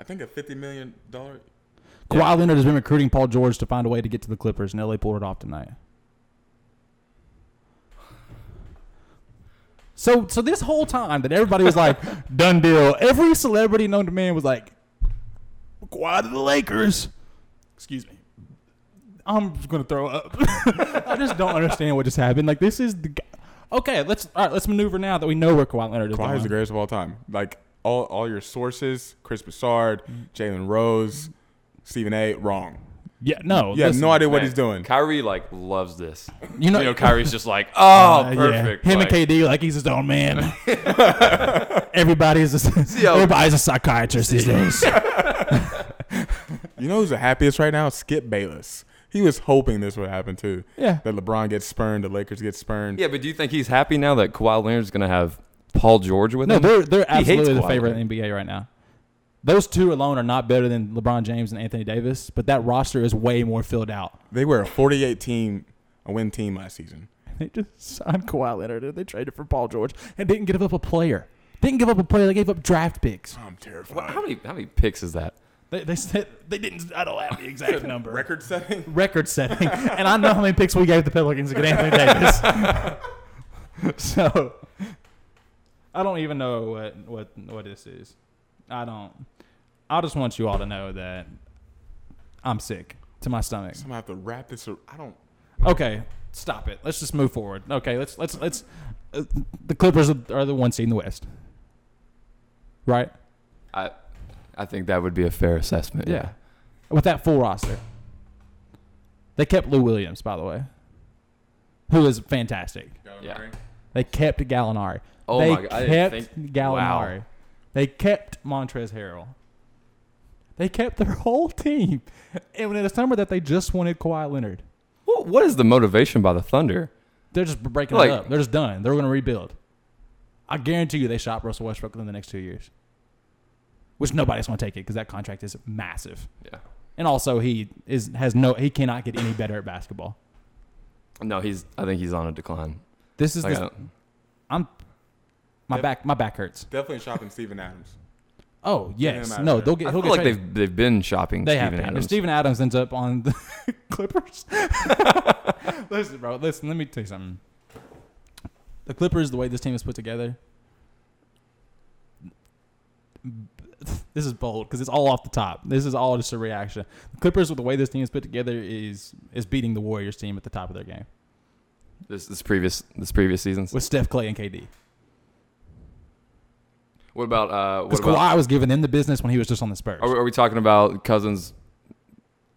I think a fifty million dollar. Kawhi Leonard has been recruiting Paul George to find a way to get to the Clippers, and LA pulled it off tonight. So, so this whole time that everybody was like, "Done deal," every celebrity known to man was like, "Kawhi to the Lakers." Excuse me. I'm just gonna throw up. I just don't understand what just happened. Like this is the g- okay. Let's all right. Let's maneuver now that we know where Kawhi Leonard is. Kawhi is going. the greatest of all time. Like all, all your sources, Chris Broussard, Jalen Rose, Stephen A. Wrong. Yeah, no. You have listen, no idea what Man, he's doing. Kyrie like loves this. You know, You know, Kyrie's just like, oh, Uh, yeah. perfect. Him like, and KD, like he's his own man. everybody's a, how- everybody's a psychiatrist these days. You know who's the happiest right now? Skip Bayless. He was hoping this would happen too. Yeah. That LeBron gets spurned, the Lakers get spurned. Yeah, but do you think he's happy now that Kawhi Leonard's gonna have Paul George with no, him? they're they're hates absolutely the Kawhi favorite Leonard. in the NBA right now. Those two alone are not better than LeBron James and Anthony Davis, but that roster is way more filled out. They were a 48 team, a win team last season. They just signed Kawhi Leonard and they traded for Paul George and didn't give up a player. Didn't give up a player. They gave up draft picks. I'm terrified. Wha- How many how many picks is that? They they said they didn't. I don't have the exact number. Record setting. record setting, and I know how many picks we gave the Pelicans to get Anthony Davis. so I don't even know what what what this is. I don't. I just want you all to know that I'm sick to my stomach. I'm gonna have to wrap this. ar- I don't. Okay, stop it. Let's just move forward. Okay, let's let's let's. Uh, the Clippers are the one seed in the West, right? I I think that would be a fair assessment. Yeah. With that full roster, they kept Lou Williams, by the way, who is fantastic. Yeah. They kept Gallinari. Oh they my God, I didn't kept think- Gallinari. wow. They kept Montrez Harrell. They kept their whole team. And in the summer that they just wanted Kawhi Leonard. What, what is the motivation by the Thunder? They're just breaking Like- it up. They're just done. They're going to rebuild. I guarantee you they shop Russell Westbrook in the next two years, which nobody's going to take it because that contract is massive. Yeah. And also, he is has no. He cannot get any better at basketball. No, he's. I think he's on a decline. This is Like, I the, don't- I'm. My Yep. back my back hurts. Definitely shopping Steven Adams. Oh yes, him out no. of there. They'll I get. He'll feel get like traded. they've they've been shopping They Steven have to. If Adams. Steven Adams ends up on the Clippers, listen, bro. Listen, let me tell you something. The Clippers, the way this team is put together, this is bold because it's all off the top. This is all just a reaction. The Clippers, with the way this team is put together, is is beating the Warriors team at the top of their game this this previous this previous seasons. with Steph, Clay, and KD. What about uh? What Because about? Kawhi was giving them the business when he was just on the Spurs. Are we, are we talking about Cousins?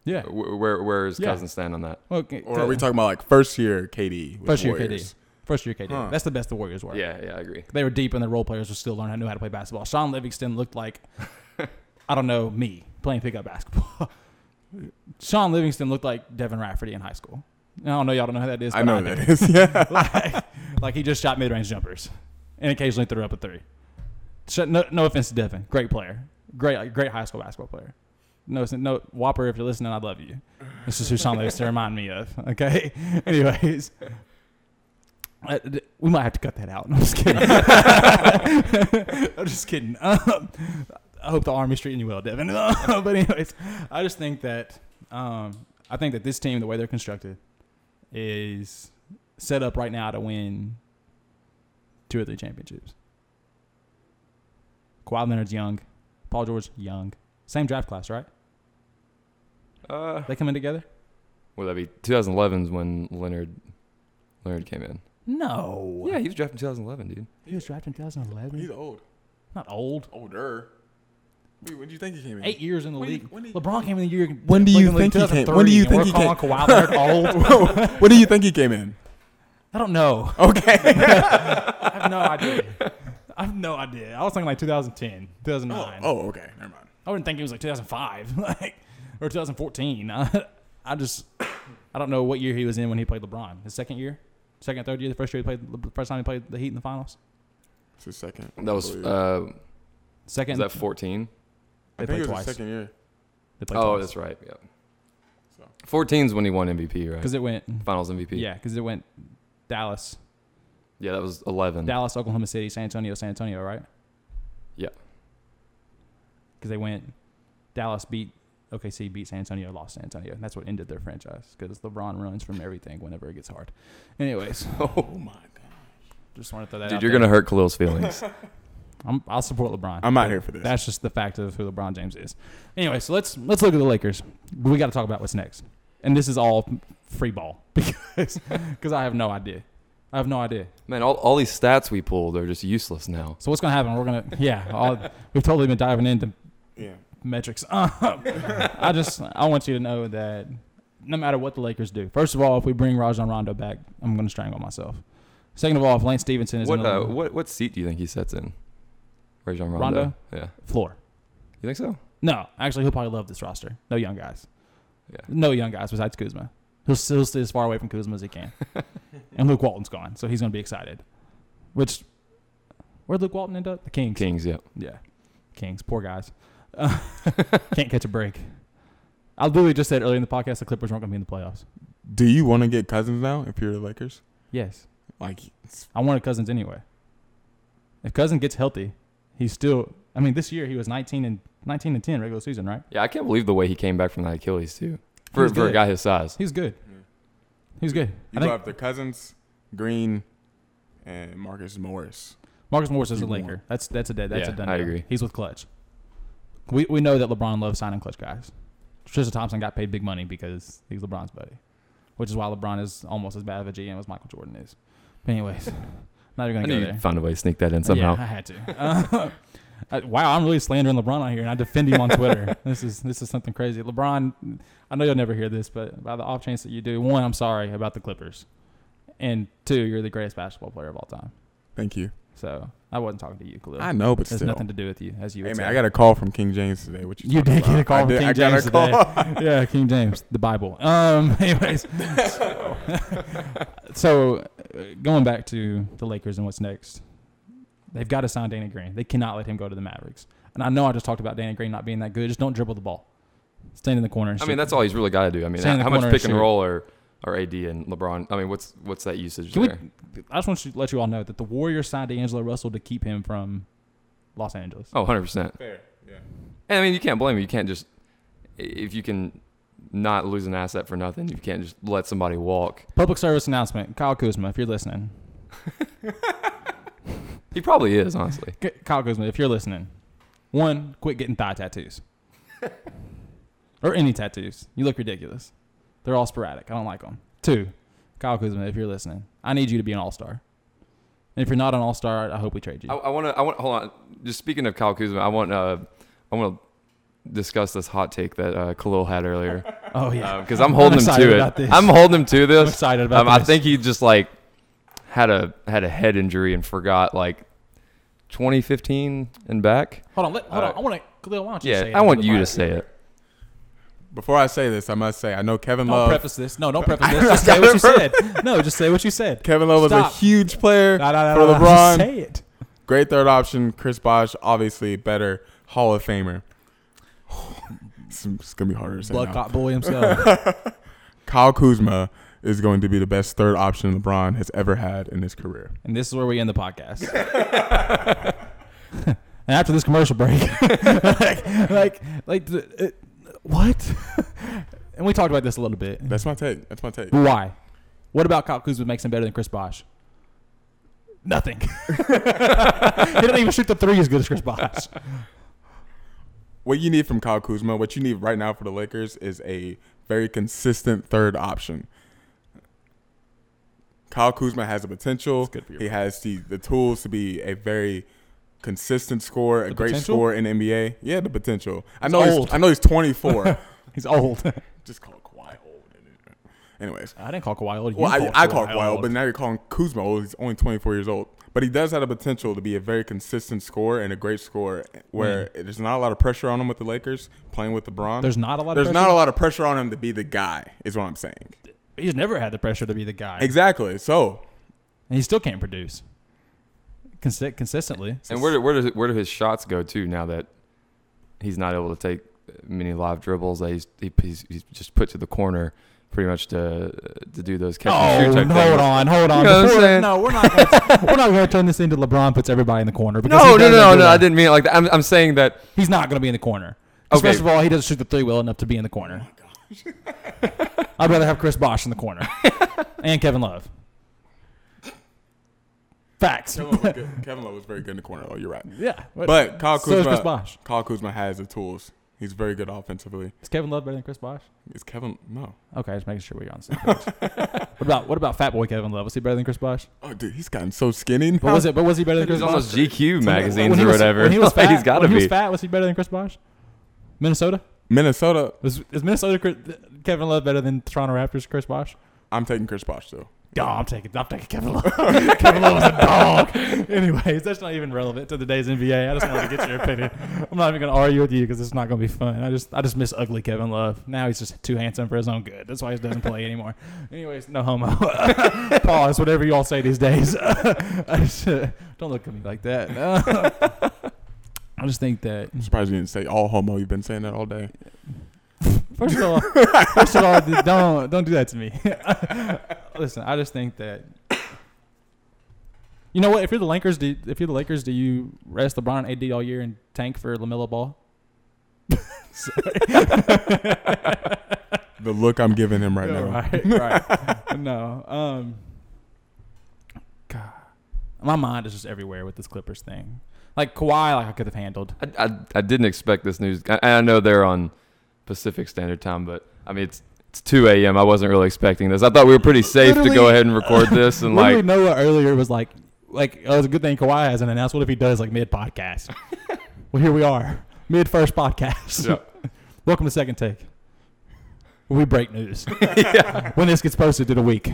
yeah. Wh- Where where is Yeah. Cousins stand on that? Okay. Or are we talking about like first year KD? With first year Warriors? KD? First year KD. Huh. That's the best the Warriors were. Yeah, yeah, I agree. they were deep and the role players were still learning how to know how to play basketball. Sean Livingston looked like I don't know, me playing pickup basketball. Sean Livingston looked like Devin Rafferty in high school. I don't know y'all don't know who that is. I but know do. who that is. Yeah. like, like he just shot mid range jumpers and occasionally threw up a three. Sh- No, no offense to Devin, great player, great like, great high school basketball player. No, no Whopper, if you're listening, I love you. This is who Sean Livingston remind me of. Okay, anyways. Uh, d- we might have to cut that out. No, I'm just kidding. I'm just kidding. Um, I hope the army's treating you well, Devin. but anyways, I just think that um, I think that this team, the way they're constructed, is set up right now to win two or three championships. Kawhi Leonard's young, Paul George young. Same draft class, right? Uh, They come in together? would that be 2011's when Leonard Leonard came in? No. Yeah, he was drafted in 2011, dude. He was drafted in 2011. He's old. Not old. Older. Wait, when do you think he came in? Eight years in the When do you- league. when do you- LeBron came in the year. When do you fucking league think he came- 2003, when do you and we're think he came- calling Kawhi Leonard old? what do you think he came in? I don't know. Okay. I have no idea. I have no idea. I was thinking like 2010, 2009. oh, okay. Never mind. I wouldn't think it was like 2005, like or 2014. I, I just I don't know what year he was in when he played LeBron. His second year, second third year, the first year he played, the first time he played the Heat in the finals. It's his second. Oh, I That was believe. uh, was Second, that 14? they I think played it was twice. his second year. They played Oh, twice. that's right. Yeah. So. 14's when he won MVP, right? because it went. Finals MVP. Yeah, because it went Dallas, Yeah, that was 11. Dallas, Oklahoma City, San Antonio, San Antonio, right? Yeah. Because they went Dallas beat OKC, beat San Antonio, lost San Antonio. And that's what ended their franchise because LeBron runs from everything whenever it gets hard. Anyways, Oh my god. just want to throw that Dude, out you're there. going to hurt Khalil's feelings. I'm, I'll support LeBron. I'm out here for this. That's just the fact of who LeBron James is. Anyway, so let's let's look at the Lakers. But we got to talk about what's next, and this is all free ball because because I have no idea. I have no idea. Man, all, all these stats we pulled are just useless now. So what's gonna happen? We're gonna yeah. All, we've totally been diving into yeah. metrics. I just I want you to know that no matter what the Lakers do, first of all, if we bring Rajon Rondo back, I'm gonna strangle myself. Second of all, if Lance Stevenson is What, in the uh, what what seat do you think he sits in? Rajon Rondo. Rondo? Yeah. floor, You think so? no, actually he'll probably love this roster. No young guys. Yeah. No young guys besides Kuzma. He'll still stay as far away from Kuzma as he can. and Luke Walton's gone, so he's gonna be excited. Which where'd Luke Walton end up? The Kings. Kings, yeah. Yeah. Kings. Poor guys. Uh, can't catch a break. I literally just said earlier in the podcast the Clippers weren't going to be in the playoffs. Do you want to get Cousins now if you're the Lakers? Yes. Like, it's, I wanted Cousins anyway. If Cousin gets healthy, he's still. I mean, this year he was 19 and 19 and 10 regular season, right? Yeah, I can't believe the way he came back from that Achilles, too. For, He's for a good. guy his size. He's good. Yeah. He's good. you I go think after Cousins, Green, and Marcus Morris. Marcus Morris is a you Laker. want. That's that's a dead. That's Yeah, a done. I deal. agree. He's with clutch. We we know that LeBron loves signing clutch guys. Tristan Thompson got paid big money because he's LeBron's buddy, which is why LeBron is almost as bad of a GM as Michael Jordan is. But anyways, not even I gonna knew go you there. found a way to sneak that in somehow. Yeah, I had to. Uh, I- wow, I'm really slandering LeBron on here, and I defend him on Twitter. this is this is something crazy. LeBron, I know you'll never hear this, but by the off chance that you do, one, I'm sorry about the Clippers, and two, you're the greatest basketball player of all time. Thank you. So I wasn't talking to you, Khalil. I know, but It has still. nothing to do with you, as you. hey would man, say. I got a call from King James today. What you? You talking did get a about? call I from did- King I got James a call. today. yeah, King James, the Bible. Um, anyways, so uh, going back to the Lakers and what's next, they've got to sign Danny Green. They cannot let him go to the Mavericks. And I know I just talked about Danny Green not being that good. Just don't dribble the ball. Stand in the corner. And I shoot. mean, that's all he's really got to do. I mean, Stand in the how much corner pick and and shoot. roll are, are AD and LeBron? I mean, what's what's that usage Can we- there? I just want to let you all know that the Warriors signed D'Angelo Russell to keep him from Los Angeles. Oh, 100%. Fair. Yeah. And I mean, you can't blame him. You can't just, if you can not lose an asset for nothing, you can't just let somebody walk. Oh. Public service announcement: Kyle Kuzma, if you're listening, He probably is, honestly. K- Kyle Kuzma, if you're listening, one, quit getting thigh tattoos or any tattoos. You look ridiculous. They're all sporadic. I don't like them. Two, Kyle Kuzma, if you're listening, I need you to be an all star. And if you're not an all star, I hope we trade you. I, I want to. I want. Hold on. Just speaking of Kyle Kuzma, I want. Uh, I want to discuss this hot take that uh, Khalil had earlier oh yeah, because I'm holding him excited to about it. this. I'm holding him to I'm this. excited about uh, um, I this. think he just like had a had a head injury and forgot like 2015 and back. Hold on, let, hold on. Uh, I want to. Khalil, why don't you say Yeah, it I into want the you mic? to say it. Before I say this, I must say I know Kevin Don't Love. preface this. No, don't preface this. Just say what you said. No, just say what you said. Kevin Love was a Stop. huge player No, no, no, for no, no, just LeBron. Say it. Great third option. Chris Bosh, obviously better Hall of Famer. it's, it's gonna be harder to say. now. Bloodcock boy himself. Kyle Kuzma is going to be the best third option LeBron has ever had in his career. and this is where we end the podcast. and after this commercial break, like, like, like the, it, what? and we talked about this a little bit. That's my take. That's my take. Why? What about Kyle Kuzma makes him better than Chris Bosh? Nothing. he doesn't even shoot the three as good as Chris Bosh. What you need from Kyle Kuzma, what you need right now for the Lakers is a very consistent third option. Kyle Kuzma has the potential. It's good for your He has the, the tools to be a very consistent scorer, a The great potential? scorer in the NBA. Yeah, the potential. I He's know old. he's I know he's 24. He's old. Just call it Kawhi old. Anyways, I didn't call Kawhi old. You Well, I, called I call it old. wild, but now you're calling Kuzma old. He's only 24 years old. But he does have the potential to be a very consistent scorer and a great scorer where there's not a lot of pressure on him with the Lakers playing with LeBron. Mm. There's not a lot of There's pressure? not a lot of pressure on him to be the guy, is what I'm saying. He's never had the pressure to be the guy. Exactly. So, and he still can't produce. consi- consistently. And where do, where do where do his shots go to now that he's not able to take many live dribbles that he's he, he's, he's just put to the corner pretty much to to do those catch and Oh, shoot type hold things. on, hold on. You know what I'm Before- saying? no, we're not. Gonna, we're not going to turn this into LeBron puts everybody in the corner. because No, he no, doesn't no, do no. I that. didn't mean it like that. I'm I'm saying that He's not going to be in the corner. 'Cause Okay. First of all, he doesn't shoot the three well enough to be in the corner. Oh I'd rather have Chris Bosh in the corner and Kevin Love. Facts. Kevin Love was good. Kevin Love was very good in the corner. Oh, you're right. yeah, But Kyle so is Kuzma, Chris Bosh. Kyle Kuzma has the tools. He's very good offensively. Is Kevin Love better than Chris Bosh? Is Kevin no? Okay, just making sure we're on the same page. what about what about Fat Boy Kevin Love? Was he better than Chris Bosh? Oh, dude, he's gotten so skinny. But was it? But was he better than Chris There's almost Bosh? GQ magazines When he or was- whatever. When he was Like, fat, he's got to when be. he was fat. Was he better than Chris Bosh? Minnesota Minnesota. was is Minnesota Chris- Kevin Love better than Toronto Raptors Chris Bosh? I'm taking Chris Bosh though. Oh, I'm taking I'm taking Kevin Love. Kevin Love was a dog. Anyways, that's not even relevant to today's NBA. I just wanted to get your opinion. I'm not even gonna argue with you because it's not gonna be fun. I just I just miss ugly Kevin Love. Now he's just too handsome for his own good. That's why he doesn't play anymore. Anyways, no homo. Pause. Whatever you all say these days. I just, uh, don't look at me like that. I just think that I'm surprised you didn't say all homo. You've been saying that all day. First of all, first of all, th- don't don't do that to me. Listen, I just think that you know what? If you're the Lakers, do if you're the Lakers, do you rest LeBron and AD all year and tank for Lamelo Ball? The look I'm giving him right Yeah, now. right, right. no, um, God, my mind is just everywhere with this Clippers thing. Like Kawhi, like I could have handled. I, I, I didn't expect this news. I, I know they're on Pacific Standard Time, but I mean it's it's 2 a.m. I wasn't really expecting this. I thought we were pretty safe to go Literally- ahead and record this and Literally, like Noah earlier was like, like oh, it's a good thing Kawhi hasn't announced. What if he does like mid podcast? well, here we are, mid first podcast. Yeah. Welcome to Second Take. where We break news when this gets posted in a week.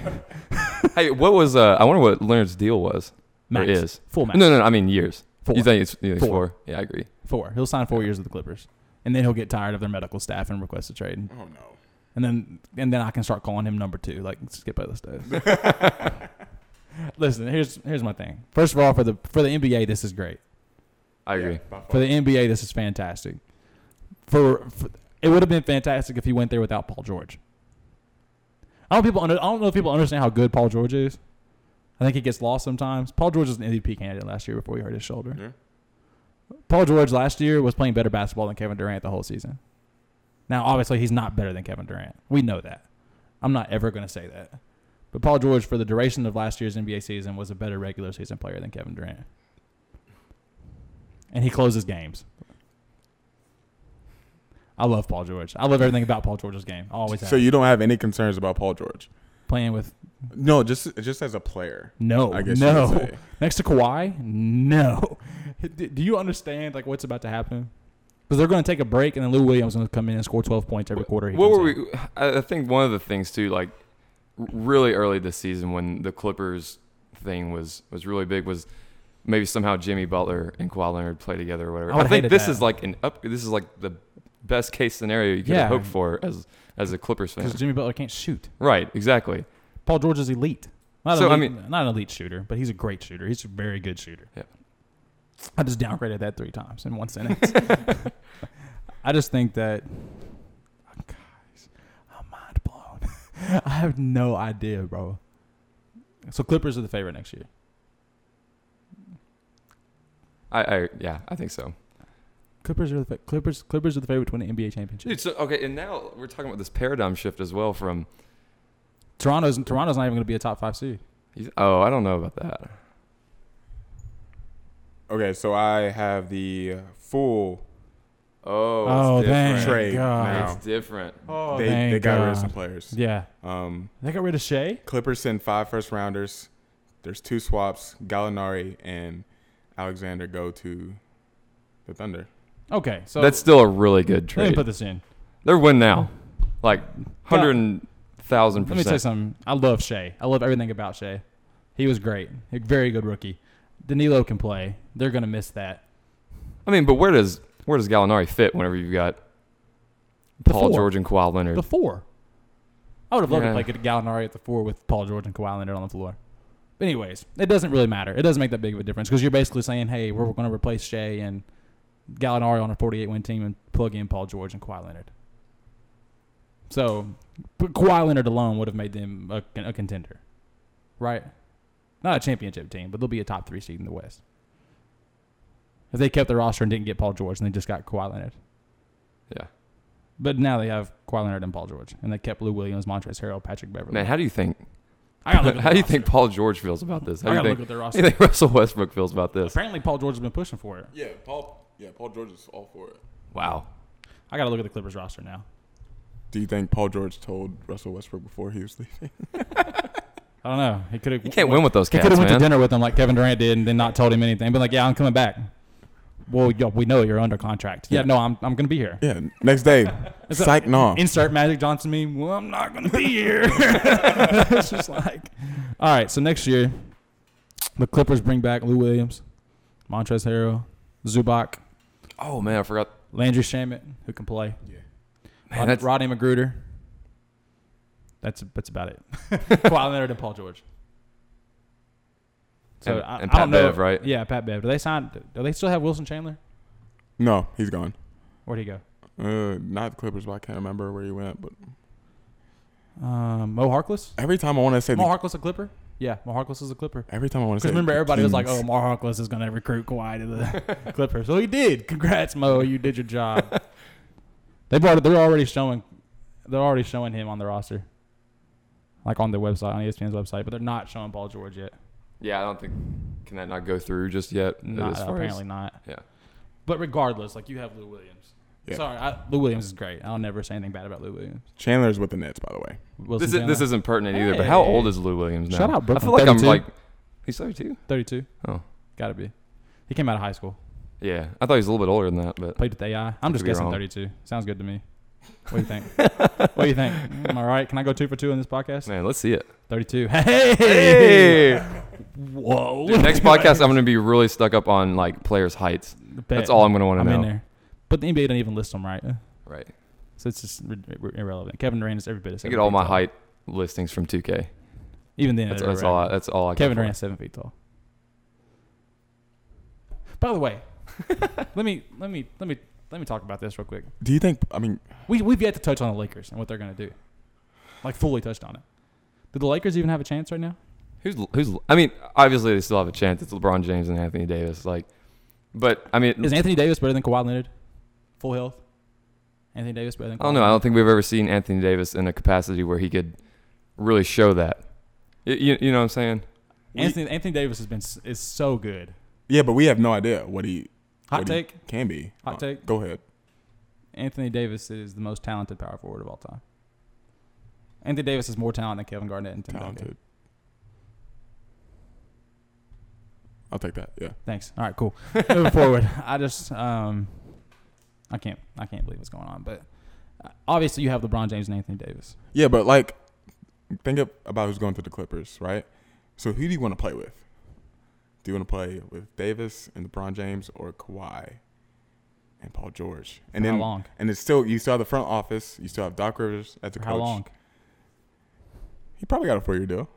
hey, what was uh? I wonder what Leonard's deal was. Max Or is full max. No, no, no. I mean years. Four. You think it's, you think it's Four. four? Yeah, I agree. four. He'll sign four years with the Clippers, and then he'll get tired of their medical staff and request a trade. Oh no. And then and then I can start calling him number two. Like skip other stuff. Listen, here's here's my thing. First of all, for the for the NBA, this is great. I agree. For the NBA, this is fantastic. For, for it would have been fantastic if he went there without Paul George. I don't people. Under, I don't know if people understand how good Paul George is. I think he gets lost sometimes. Paul George was an MVP candidate last year before he hurt his shoulder. Yeah. Paul George last year was playing better basketball than Kevin Durant the whole season. Now, obviously, he's not better than Kevin Durant. We know that. I'm not ever going to say that. But Paul George, for the duration of last year's NBA season, was a better regular season player than Kevin Durant. And he closes games. I love Paul George. I love everything about Paul George's game. Always have. So you don't have any concerns about Paul George? playing with No, just just as a player. no, I guess you would no. say. Next to Kawhi, no. Do do you understand like what's about to happen? Because they're going to take a break, and then Lou Williams is going to come in and score 12 points every quarter. he What comes were in. we? I I think one of the things too, like r- really early this season when the Clippers thing was was really big, was maybe somehow Jimmy Butler and Kawhi Leonard play together or whatever. I I, would've think hated this that. is like an up. This is like the best case scenario you could Yeah. hope for as as a Clippers fan. Because Jimmy Butler can't shoot. Right? Exactly. Paul George is elite. Not So, I elite- not an elite shooter, but he's a great shooter. He's a very good shooter. Yeah. I just downgraded that three times in one sentence. I just think that, oh, guys, I'm mind blown. I have no idea, bro. So Clippers are the favorite next year. I, I yeah, I think so. Clippers are the fa- Clippers. Clippers are the favorite to win the NBA championship. Dude, so okay, and now we're talking about this paradigm shift as well. From Toronto's Toronto's not even going to be a top five seed. oh, I don't know about that. Okay, so I have the full. Oh, Oh, it's different. thank Trade God. now. It's different. Oh, they thank they got rid of God. some players. Yeah, Um, they got rid of Shea. Clippers send five first rounders. There's two swaps. Gallinari and Alexander go to the Thunder. Okay, so That's still a really good let me trade. put this in. They're win now, like hundred thousand Let me tell you percent. something. I love Shea. I love everything about Shea. He was great. A very good rookie. Danilo can play. They're gonna miss that. I mean, but where does where does Gallinari fit whenever you've got The Paul four. George and Kawhi Leonard? The four. I would have loved Yeah. to play Gallinari at the four with Paul George and Kawhi Leonard on the floor. anyways, it doesn't really matter. It doesn't make that big of a difference because you're basically saying, hey, we're going to replace Shea and Gallinari on a 48 win team and plug in Paul George and Kawhi Leonard. So but Kawhi Leonard alone would have made them a, a contender, right? Not a championship team, but they'll be a top three seed in the West. If they kept their roster and didn't get Paul George and they just got Kawhi Leonard. Yeah. But now they have Kawhi Leonard and Paul George, and they kept Lou Williams, Montrezl Harrell, Patrick Beverly. Man, how do you think? I gotta look at How the do you roster. think Paul George feels about this? I How do you gotta think, look at their how roster. do you think Russell Westbrook feels about this? Apparently, Paul George has been pushing for it. Yeah, Paul. Yeah, Paul George is all for it. Wow. I gotta look at the Clippers roster now. Do you think Paul George told Russell Westbrook before he was leaving? I don't know. He could have. You can't win with those He cats, could have went to man. dinner with him like Kevin Durant did, and then not told him anything. Been like, "Yeah, I'm coming back." Well, yo, we know you're under contract. Yeah, no, I'm, I'm gonna be here. Yeah, next day. Psych, no. Insert Magic Johnson meme. Well, I'm not gonna be here. it's just like, all right. So next year, the Clippers bring back Lou Williams, Montrezl Harrell, Zubac, Oh man, I forgot. Landry Shamit, who can play. Man, Rod- that's, Rodney Magruder. That's that's about it. Kawhi Leonard and Paul George. And- and Pat Bev, right? Yeah, Pat Bev. Do they sign? Do they still have Wilson Chandler? No, he's gone. Where'd he go? Uh, not the Clippers, but I can't remember where he went. But Um, Mo Harkless. every time I want to say Mo the, Harkless a Clipper? Yeah, Mo Harkless is a Clipper. every time I want to say Because remember, the everybody was like, Kings. "Oh, Mo Harkless is going to recruit Kawhi to the Clippers." So he did. Congrats, Mo. You did your job. They've already, they're already showing they're already showing him on the roster, like on their website on E ESPN's website, but they're not showing Paul George yet. yeah, I don't think can that not go through just yet. Not, as far as- apparently not. yeah. But regardless, like you have Lou Williams. Yeah. Sorry, I, Lou Williams is great. I'll never say anything bad about Lou Williams. Chandler's with the Nets, by the way. Wilson This is this Chandler, isn't pertinent either. But how Hey. old is Lou Williams now? Shout out I Brooklyn, feel like I'm 32. like he's 32. 32. Oh, Got to be. He came out of high school. yeah. I thought he was a little bit older than that, but Played with AI. I'm just Could be guessing wrong. 32. Sounds good to me. What do you think? what do you think? Am I right? Can I go two for two in this podcast? man, let's see it. 32. Hey! Whoa. Dude, next podcast, I'm gonna be really stuck up on like players' heights. That's all I'm gonna want to I'm know. in there. But the NBA doesn't even list them right. Right. So it's just ri- ri- irrelevant. Kevin Durant is every bit of I seven get all feet my tall. height listings from 2K. Even then, That's, they're that's all. I, irrelevant. that's all. I go Kevin for. Durant's seven feet tall. By the way, let me let me let me let me talk about this real quick. Do you think? I mean, We we've yet to touch on the Lakers and what they're gonna do. Like fully touched on it. Do the Lakers even have a chance right now? Who's who's? I mean, obviously they still have a chance. It's LeBron James and Anthony Davis. Like, but I mean, Is Anthony Davis better than Kawhi Leonard? Full health. Anthony Davis better than. Kawhi I don't know. I Leonard? don't think we've ever seen Anthony Davis in a capacity where he could really show that. You, you, you know what I'm saying? Anthony Anthony Davis has been s- is so good. yeah, but we have no idea what he Hot what he take. can be. Uh, Hot take. Go ahead. Anthony Davis is the most talented power forward of all time. Anthony Davis is more talented than Kevin Garnett and Tim Duncan. Talented. I'll take that. Yeah. Thanks. All right, cool. Moving forward, I just um, I can't I can't believe what's going on. But uh, obviously, you have LeBron James and Anthony Davis. Yeah, but like, think of, about who's going to the Clippers, right? So who do you want to play with? Do you want to play with Davis and LeBron James or Kawhi and Paul George? And For how then long? And it's still you still have the front office. You still have Doc Rivers as the For coach. how long? He probably got a four-year deal.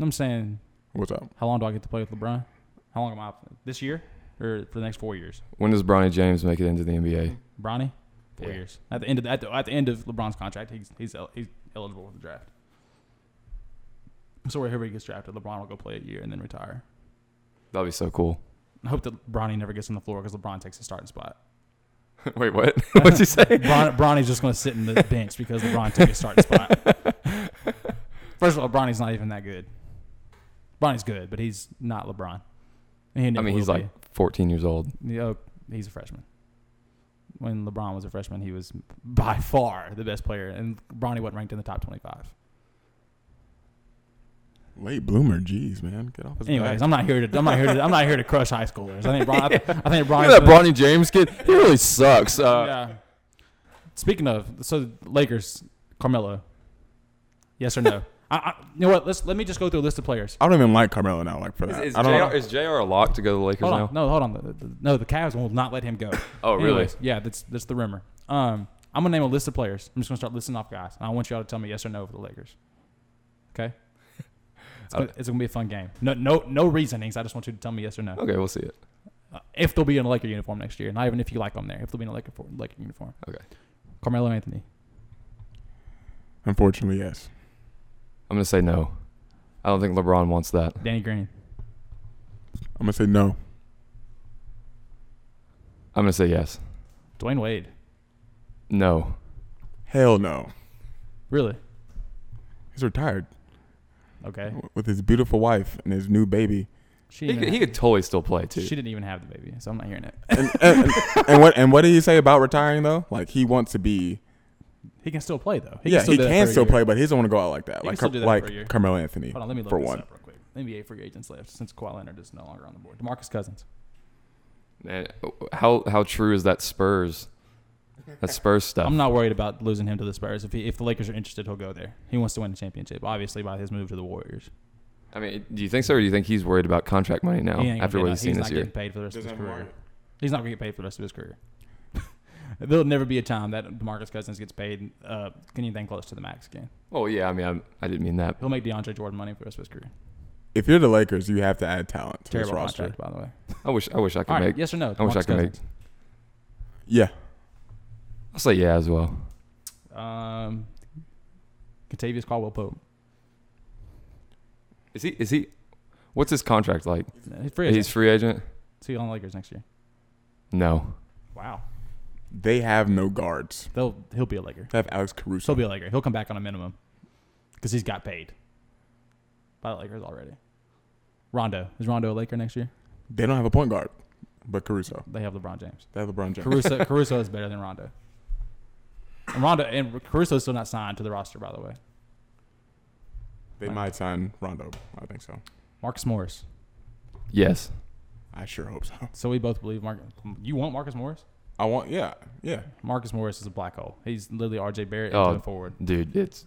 I'm saying, What's up? how long do I get to play with LeBron? How long am I this year or for the next four years? When does Bronny James make it into the NBA? Bronny, four Yeah. years. At the end of the, at, the, at the end of LeBron's contract, he's he's el- he's eligible for the draft. So wherever he gets drafted, LeBron will go play a year and then retire. That'd be so cool. I hope that Bronny never gets on the floor because LeBron takes his starting spot. Wait, what? What'd you say? Bron, Bronny's just going to sit in the bench because LeBron took his starting spot. First of all, Bronny's not even that good. Bronny's good, but he's not LeBron. And he I never mean, he's will like 14 years old. be. You know, he's a freshman. When LeBron was a freshman, he was by far the best player, and Bronny wasn't ranked in the top twenty-five. Late bloomer. Jeez, man, get off his Anyways, back. I'm not here to I'm not here to I'm not here to crush high schoolers. I think Bron, I think Look Bronny's at that gonna- Bronny James kid. He really sucks. Uh, yeah. Speaking of, so Lakers, Carmelo. Yes or no? I, I, you know what? Let's let me just go through a list of players. I don't even like Carmelo now. Like for that, Is, is, I don't. JR, is JR a lock to go to the Lakers Hold now? on, no, hold on. The- the- No, the Cavs will not let him go. Oh, really? Anyways, yeah, that's that's the rumor. Um, I'm gonna name a list of players. I'm just gonna start listing off guys, and I want y'all to tell me yes or no for the Lakers. Okay. It's gonna, Okay. it's gonna be a fun game. No, no, no reasonings. I just want you to tell me yes or no. Okay, we'll see it. Uh, if they'll be in a Laker uniform next year, not even if you like them there. If they'll be in a Laker, for- Laker uniform. Okay. Carmelo Anthony. Unfortunately, yes. I'm gonna say no. I don't think LeBron wants that. Danny Green. I'm gonna say no. I'm gonna say yes. Dwayne Wade. No. Hell no. Really? He's retired Okay. with his beautiful wife and his new baby. She He didn't, could, he even could totally still play have, she too. didn't even have the baby, so I'm not hearing it. And, and, and what and what did he say about retiring though? Like he wants to be. He can still play though. yeah, he do that can for a still year. play, but he doesn't want to go out like that. He can like still Car- do that for a year. like Carmelo Anthony. Hold on, let me look for this one. up real quick. NBA free agents left since Kawhi Leonard is no longer on the board. Demarcus Cousins. Man, Eh, how how true is that Spurs? That Spurs stuff. I'm not worried about losing him to the Spurs. If he, if the Lakers are interested, he'll go there. He wants to win the championship, obviously by his move to the Warriors. I mean, do you think so, or do you think he's worried about contract money now He ain't gonna after get what that. he's seen not this year? getting paid for the rest of Doesn't his career. have market. He's not going to get paid for the rest of his career. There'll never be a time that Demarcus Cousins gets paid uh, anything close to the max again. Oh yeah, I mean, I'm, I didn't mean that. He'll make DeAndre Jordan money for the rest of his career. If you're the Lakers, you have to add talent to Terrible this roster. contract, by the way. I wish I wish I could All right, make. yes or no? I wish I Demarcus could make. Cousins. Yeah, I'll say yeah as well. Um, Contavious Caldwell Pope. Is he is he? What's his contract like? He's free. He's He's free agent. See on the Lakers next year. No. Wow. they have no guards. They'll he'll be a Laker. They have Alex So Caruso. he'll be a Laker. He'll come back on a minimum because he's got paid by the Lakers already. Rondo is Rondo a Laker next year? they don't have a point guard, but Caruso. They have LeBron James. They have LeBron James. Caruso Caruso is better than Rondo. And Rondo and Caruso's still not signed to the roster, by the way. They might sign Rondo. I think so. Marcus Morris. Yes. I sure hope so. So we both believe Marcus. You want Marcus Morris? I want. Yeah, yeah. Marcus Morris is a black hole. He's literally RJ Barrett Oh. into the forward. Dude, it's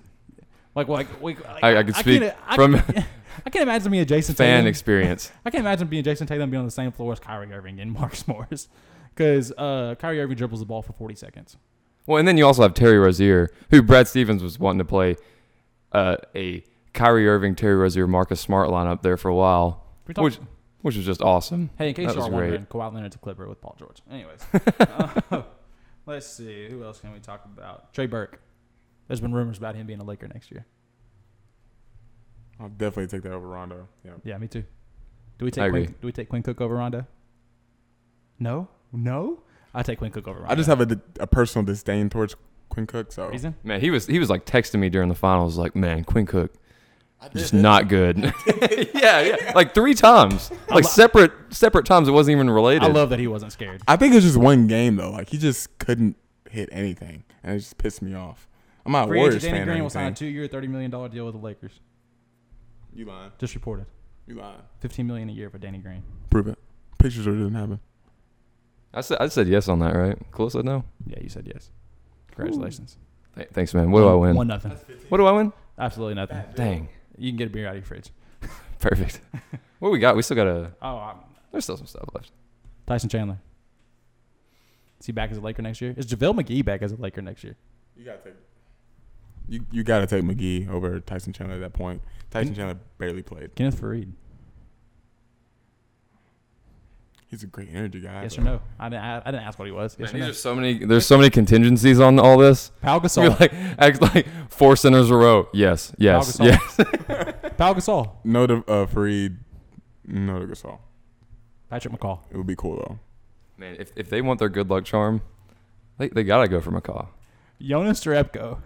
Like, like, we- like I, I could speak can't- I, from I can't imagine being Jason fan Tatum. experience. I can't imagine being Jason Tatum being on the same floor as Kyrie Irving and Marcus Morris, because uh, Kyrie Irving dribbles the ball for 40 seconds. Well, and then you also have Terry Rozier, who Brad Stevens was wanting to play uh, a Kyrie Irving, Terry Rozier, Marcus Smart lineup there for a while, We talked- which which was just awesome. hey, in case that you was are great. wondering, Kawhi Leonard's a Clipper with Paul George. Anyways, Uh, let's see who else can we talk about? Trey Burke. There's been rumors about him being a Laker next year. I'll definitely take that over Rondo. Yeah. Yeah, me too. Do we I take agree. Quinn, Do we take Quinn Cook over Rondo? No, no. I take Quinn Cook over Rondo. I just have a, a personal disdain towards Quinn Cook. So reason. Man, he was he was like texting me during the finals, like, man, Quinn Cook, just not good. yeah, yeah, like three times, like separate separate times. It wasn't even related. I love that he wasn't scared. I think it's just one game though. Like he just couldn't hit anything, and it just pissed me off. I'm not a Free agent Warriors Danny fan or Green will sign a anything. two-year, thirty million dollar deal with the Lakers. You lying? Just reported. You lying? Fifteen million a year for Danny Green. Prove it. Pictures or it didn't happen. I said I said yes on that, right? Cool said no. Yeah, you said yes. Congratulations. Th- thanks, man. What do I win? One nothing. What do I win? Absolutely nothing. Dang, You can get a beer out of your fridge. perfect. what we got? We still got a. Oh, I'm, There's still some stuff left. Tyson Chandler. Is he back as a Laker next year? Is JaVale McGee back as a Laker next year? You gotta take. You you gotta take McGee over Tyson Chandler at that point. Tyson Chandler barely played. Kenneth Fareed. He's a great energy guy. Yes but- or no? I didn't, I, I didn't ask what he was. Yes Man, or these no? are so many. There's so many contingencies on all this. Pal You're Gasol. like act like four centers a row. Yes, yes, Gasol. yes. Pal Gasol. No to uh, Fareed. No to Gasol. Patrick McCall. It would be cool though. Man, if, if they want their good luck charm, they they gotta go for McCaw. Jonas Jerebko.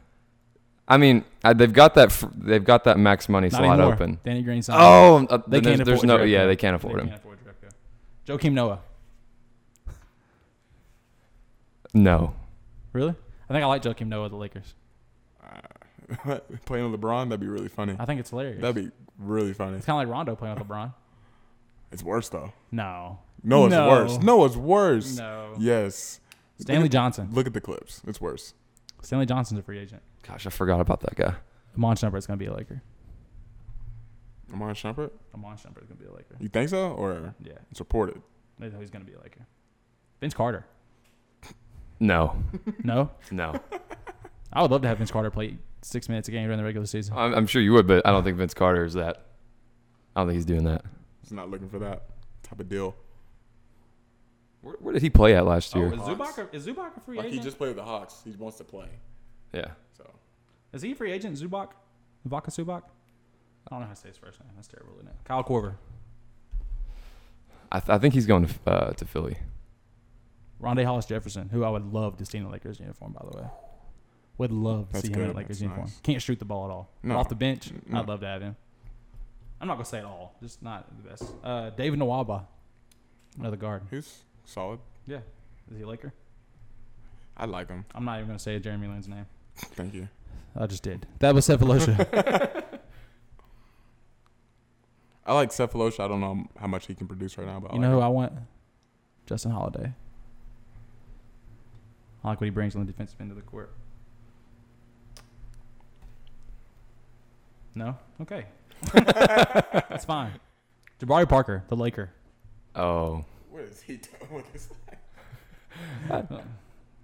I mean, I, they've got that fr- they've got that max money Not slot anymore. open. Danny Green signed. Oh, uh, They then there's, can't there's afford no Jerebko. yeah, they can't afford they him. can't afford Jerebko. Joakim Noah. No, Really? I think I like Joakim Noah of the Lakers. Uh, playing with LeBron, that'd be really funny. I think it's hilarious. That'd be really funny. it's kind of like Rondo playing with LeBron. It's worse though. No. No, it's No. worse. No, it's worse. No. Yes. Stanley Johnson. Look at the clips. It's worse. Stanley Johnson's a free agent. gosh, I forgot about that guy. Amon Shumpert's going to be a Laker. Amon Shumpert? Amon Shumpert's going to be a Laker. You think so? Or Yeah. it's reported. They know he's going to be a Laker. Vince Carter. No, No? no, I would love to have Vince Carter play six minutes a game during the regular season. I'm, I'm sure you would, but I don't think Vince Carter is that I don't think he's doing that. It's not looking for that type of deal. Where, where did he play at last Oh, year? is Zubac a, is Zubac a free Like he agent? just played with the Hawks. He wants to play. yeah. So is he a free agent? Zubac, Vaka Zubac. I don't know how to say his first name. That's terrible. Isn't it? Kyle Corver, I, th- I think he's going to uh, to Philly. Rondé Hollis Jefferson, who I would love to see in a Lakers uniform. By the way, would love to That's see him in a good. Lakers That's uniform. nice. Can't shoot the ball at all. No. Off the bench, No. I'd love to have him. I'm not gonna say it all. Just not the best. Uh, David Nawaba, another guard. who's solid? Yeah, is he a Laker? I like him. I'm not even gonna say Jeremy Lin's name. Thank you. I just did. That was Cephalosha. I like Cephalosha. I don't know how much he can produce right now, but I you like know who I want? Justin Holiday. I like what he brings on the defensive end of the court. No? Okay. That's fine. Jabari Parker, the Laker. Oh, him. what is he doing with his life?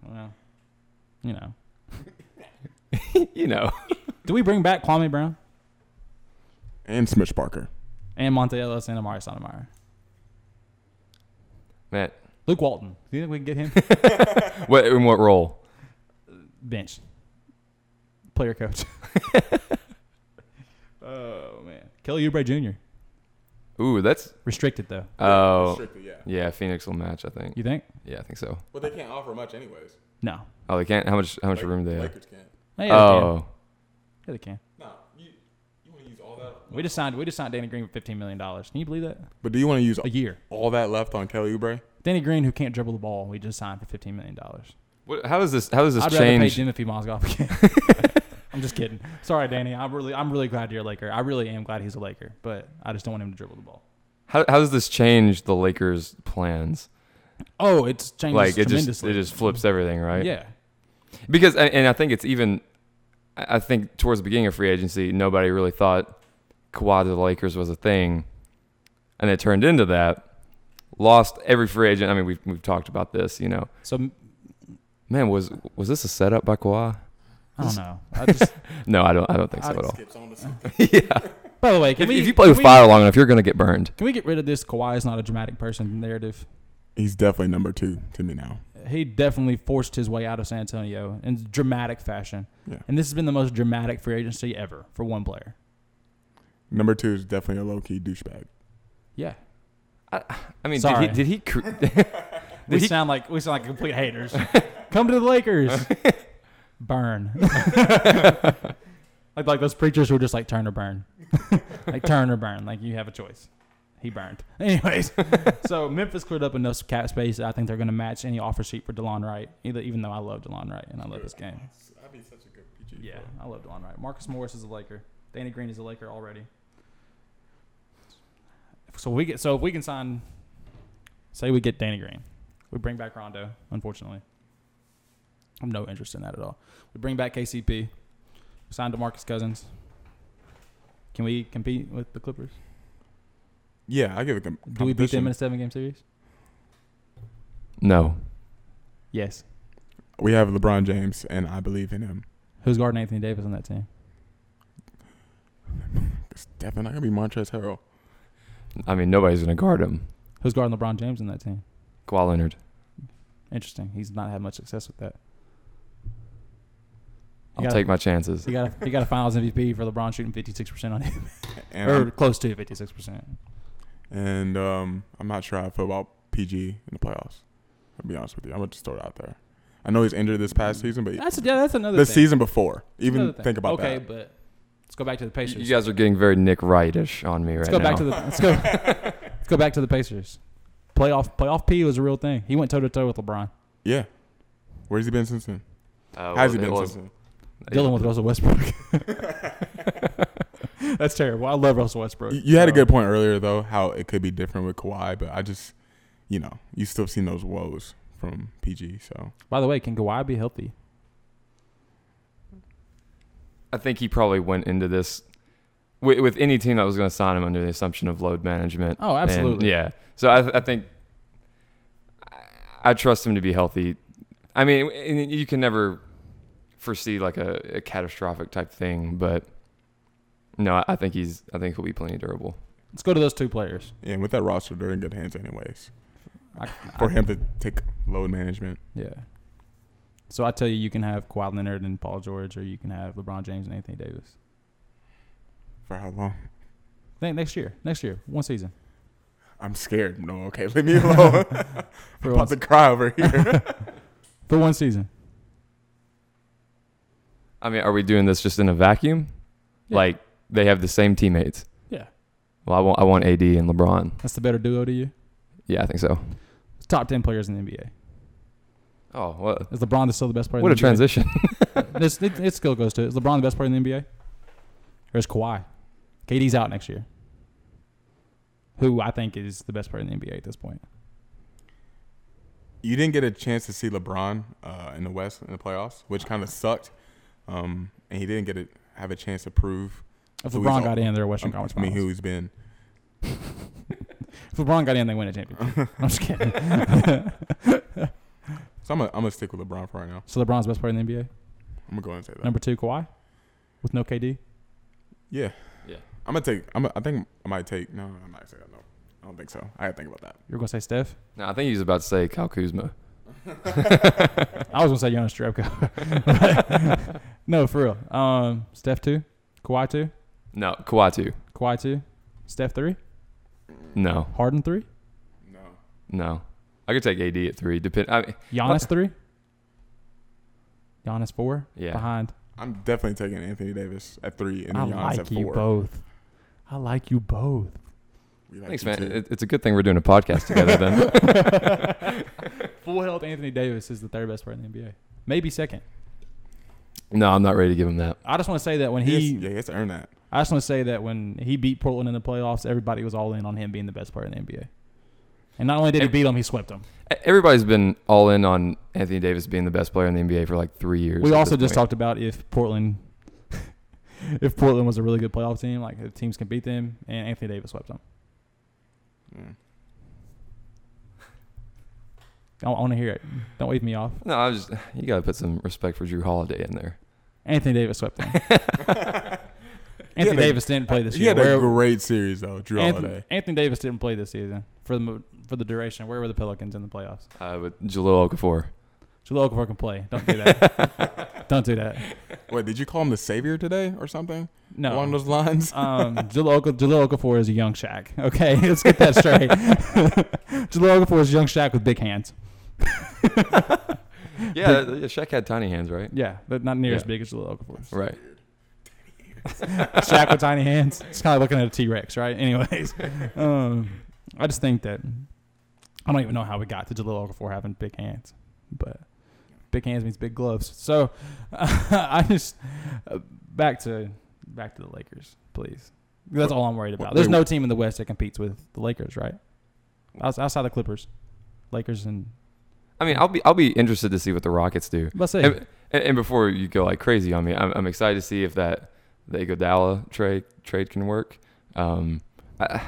Well, you know. you know. Do we bring back Kwame Brown And Smitch Parker. and Monte Ellis and Amari Sotomayor? Man, Luke Walton. Do you think we can get him? what in what role? bench player coach. oh man, Kelly Oubre Jr. Ooh, that's Restricted though, oh Strictly, yeah. yeah. Phoenix will match, I think. you think? Yeah, I think so. But they can't offer much, anyways. No. Oh, they can't. How much? How much room do they have? Lakers can't. Yeah, they Oh, can. yeah, they can. No, you you want to use all that? We just signed. We just signed Danny Green for fifteen million dollars. Can you believe that? But do you want to use A year. all that left on Kelly Oubre? Danny Green, who can't dribble the ball, we just signed for fifteen million dollars. what, how does this? How does this I'd rather pay change? Timothy Mozgov again. I'm just kidding. Sorry, Danny. I'm really, I'm really glad you're a Laker. I really am glad he's a Laker, but I just don't want him to dribble the ball. How, how does this change the Lakers' plans? Oh, it's changed Like it tremendously. just it just flips everything, right? yeah. Because and and I think it's even. I I think towards the beginning of free agency, nobody really thought Kawhi to the Lakers was a thing, and it turned into that. Lost every free agent. I mean, we've we've talked about this. You know, So man, was was this a setup by Kawhi? I don't know. I just, No, I don't. I don't think so I at all. Skips on to by the way, can If, we, if you play with can we- fire long enough, you're gonna get burned. Can we get rid of this Kawhi is not a dramatic person narrative? He's definitely number two to me now. He definitely forced his way out of San Antonio in dramatic fashion. Yeah. And this has been the most dramatic free agency ever for one player. Number two is definitely a low key douchebag. Yeah. I mean, Sorry. did he? Did he? Cr- We he- sound like we sound like complete haters. Come to the Lakers. burn. like like those preachers who are just like turn or burn. like turn or burn. Like you have a choice. He burned. Anyways, so Memphis cleared up enough cap space. that I think they're going to match any offer sheet for DeLon Wright. Either, even though I love DeLon Wright and I love his game. I'd be such a good PG. Yeah, I love DeLon Wright. Marcus Morris is a Laker. Danny Green is a Laker already. So we get so if we can sign, say we get Danny Green, we bring back Rondo. Unfortunately, I'm no interest in that at all. We bring back KCP. We sign DeMarcus Cousins. Can we compete with the Clippers? Yeah, I give it. Com- Do we beat them in competition. a seven game series? no. Yes. We have LeBron James, and I believe in him. Who's guarding Anthony Davis on that team? It's definitely not gonna be Montrezl Harrell. I mean, nobody's gonna guard him. Who's guarding LeBron James on that team? Kawhi Leonard. Interesting. He's not had much success with that. I'll gotta- take my chances. You got a, you got a Finals MVP for LeBron shooting 56% on him, And or I'm, close to 56%. and um, I'm not sure how I feel about PG in the playoffs. I'll be honest with you. I'm gonna just throw it out there. I know he's injured this past season, but That's yeah, that's another the thing. season before, That's another even thing. think about okay, that. but let's go back to the Pacers. You guys are getting very Nick Wright-ish on me right let's go now. back to the let's go let's go back to the Pacers. Playoff playoff P was a real thing. He went toe to toe with LeBron, Yeah, where's he been since then? Uh, How's he well, it been was- since then? dealing with Russell Westbrook. that's terrible. I love Russell Westbrook. Uh, You, you had a So, good point earlier though, how it could be different with Kawhi, but I just, you know, you still seen those woes from PG. So By the way, can Kawhi be healthy? I think he probably went into this with, with any team that was going to sign him under the assumption of load management. Oh, And, absolutely. yeah. So I, th- I think I, I trust him to be healthy. I mean, and you can never foresee like a, a catastrophic type thing, but no, I, I think he's I think he'll be plenty durable. Let's go to those two players. Yeah, and with that roster, they're in good hands, anyways. I, For I- him to take load management, Yeah. So I tell you, you can have Kawhi Leonard and Paul George, or you can have LeBron James and Anthony Davis. for how long? I think next year, next year, one season. I'm scared. No, okay, leave me alone. I'm For one, about to cry over here. for one season. I mean, are we doing this just in a vacuum? Yeah. Like they have the same teammates. Yeah. Well, I want I want AD and LeBron. That's the better duo to you. Yeah, I think so. Top 10 players in the NBA. Oh, what Is LeBron the- still the best player what a in the NBA? transition. This, it, it still goes to Is LeBron the best player in the NBA? Or is Kawhi? KD's out next year. Who I think is the best player in the NBA at this point. you didn't get a chance to see LeBron uh, in the West in the playoffs, which kind of sucked. Um, and he didn't get a, have a chance to prove. If who he's LeBron on- got in, they're Western um, Conference I mean, Finals. who he's been. If LeBron got in, they win a championship. I'm just kidding. So I'm gonna I'm gonna stick with LeBron for right now. So LeBron's the best player in the NBA. Uh, I'm gonna go ahead and say that. Number two, Kawhi, with no KD. yeah, Yeah. I'm gonna take. I'm. Gonna, I think I might take. No, I'm not gonna say that. No, I don't think so. I gotta think about that. You're gonna say Steph. no, I think he was about to say Kyle Kuzma. I was gonna say Jonas Jerebko. no, for real. Um, Steph two, Kawhi two, No, Kawhi too. Kawhi two, Steph three, No, Harden three, No. no. I could take AD at three. Depend. I mean, Giannis three, Giannis four. Yeah. behind. I'm definitely taking Anthony Davis at three and I Giannis like at you four. both. I like you both. We like thanks, you man. too. It, it's a good thing we're doing a podcast together. Then Full health Anthony Davis is the third best player in the NBA. Maybe second. no, I'm not ready to give him that. I just want to say that when He he, has- yeah, he has to earn that. I just want to say that when he beat Portland in the playoffs, everybody was all in on him being the best player in the NBA. And not only did he And- beat him, he swept him. E- Everybody's been all in on Anthony Davis being the best player in the NBA for like three years. We at also this just point. talked about if Portland, if Portland was a really good playoff team, like if teams can beat them, and Anthony Davis swept them. Mm. I want to hear it. Don't wave me off. No, I was. Just, you gotta put some respect for Drew Holiday in there. Anthony Davis swept them. He had Anthony a- Davis didn't play this He year. had Where- a great series though, Drew Anthony, Holiday. Anthony Davis didn't play this season for the mo- for the duration. Where were the Pelicans in the playoffs? Uh, with Jalil Okafor. Jaleel Okafor can play. Don't do that. Don't do that. Wait, did you call him the savior today or something No. along those lines? Um, Jaleel Oka- Jaleel Okafor is a young Shaq. Okay, let's get that straight. Jaleel Okafor is young Shaq with big hands. Yeah, yeah, Shaq had tiny hands, right? Yeah, but not near as Yeah. big as Jaleel Okafor. Right. Shaq with tiny hands. It's kind of looking at a T Rex, right? Anyways, um, I just think that I don't even know how we got to Jaleel Okafor having big hands, but big hands means big gloves. So I just uh, back to back to the Lakers, please. That's all I'm worried about. There's no team in the West that competes with the Lakers, right? Outs- Outside the Clippers, Lakers, and I mean, I'll be I'll be interested to see what the Rockets do. let's say And, and and before you go like crazy on me, I'm, I'm excited to see if that the Iguodala trade trade can work. Um, I,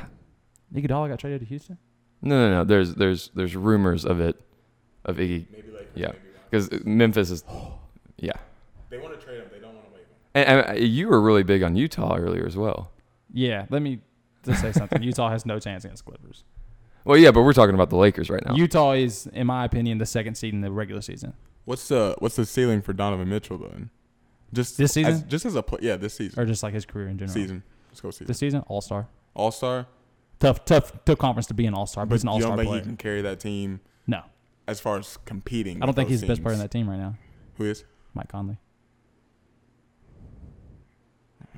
Iguodala got traded to Houston. no, no, no. There's there's there's rumors of it of Iggy. Maybe like yeah, because Memphis is yeah. They want to trade him. They don't want to waive him. And, and uh, you were really big on Utah earlier as well. Yeah, let me just say something. Utah has no chance against Clippers. Well, yeah, but we're talking about the Lakers right now. Utah is, in my opinion, the second seed in the regular season. What's the what's the ceiling for Donovan Mitchell then? Just This as- season? just as a play, yeah, this season. Or just like his career in general. season. Let's go season. This season, all star. All star, Tough, tough, tough conference to be an all star, but, but he's an all you don't star think player. he can carry that team No. as far as competing. I don't with think those he's the best player in teams? that team right now, Who is? Mike Conley.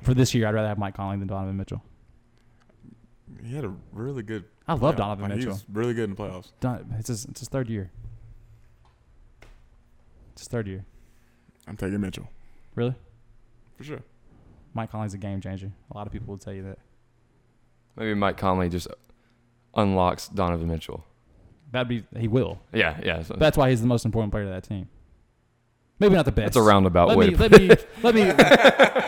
For this year, I'd rather have Mike Conley than Donovan Mitchell. He had a really good. I love playoff. Donovan Like, Mitchell. He's really good in the playoffs. Don, it's, his, it's his third year. It's his third year. I'm taking Mitchell Really? for sure. Mike Conley's a game changer. A lot of people will tell you that. Maybe Mike Conley just unlocks Donovan Mitchell. That'd be he will. Yeah, yeah. So That's why he's the most important player to that team. Maybe not the best. that's a roundabout let way. me, to put let me let me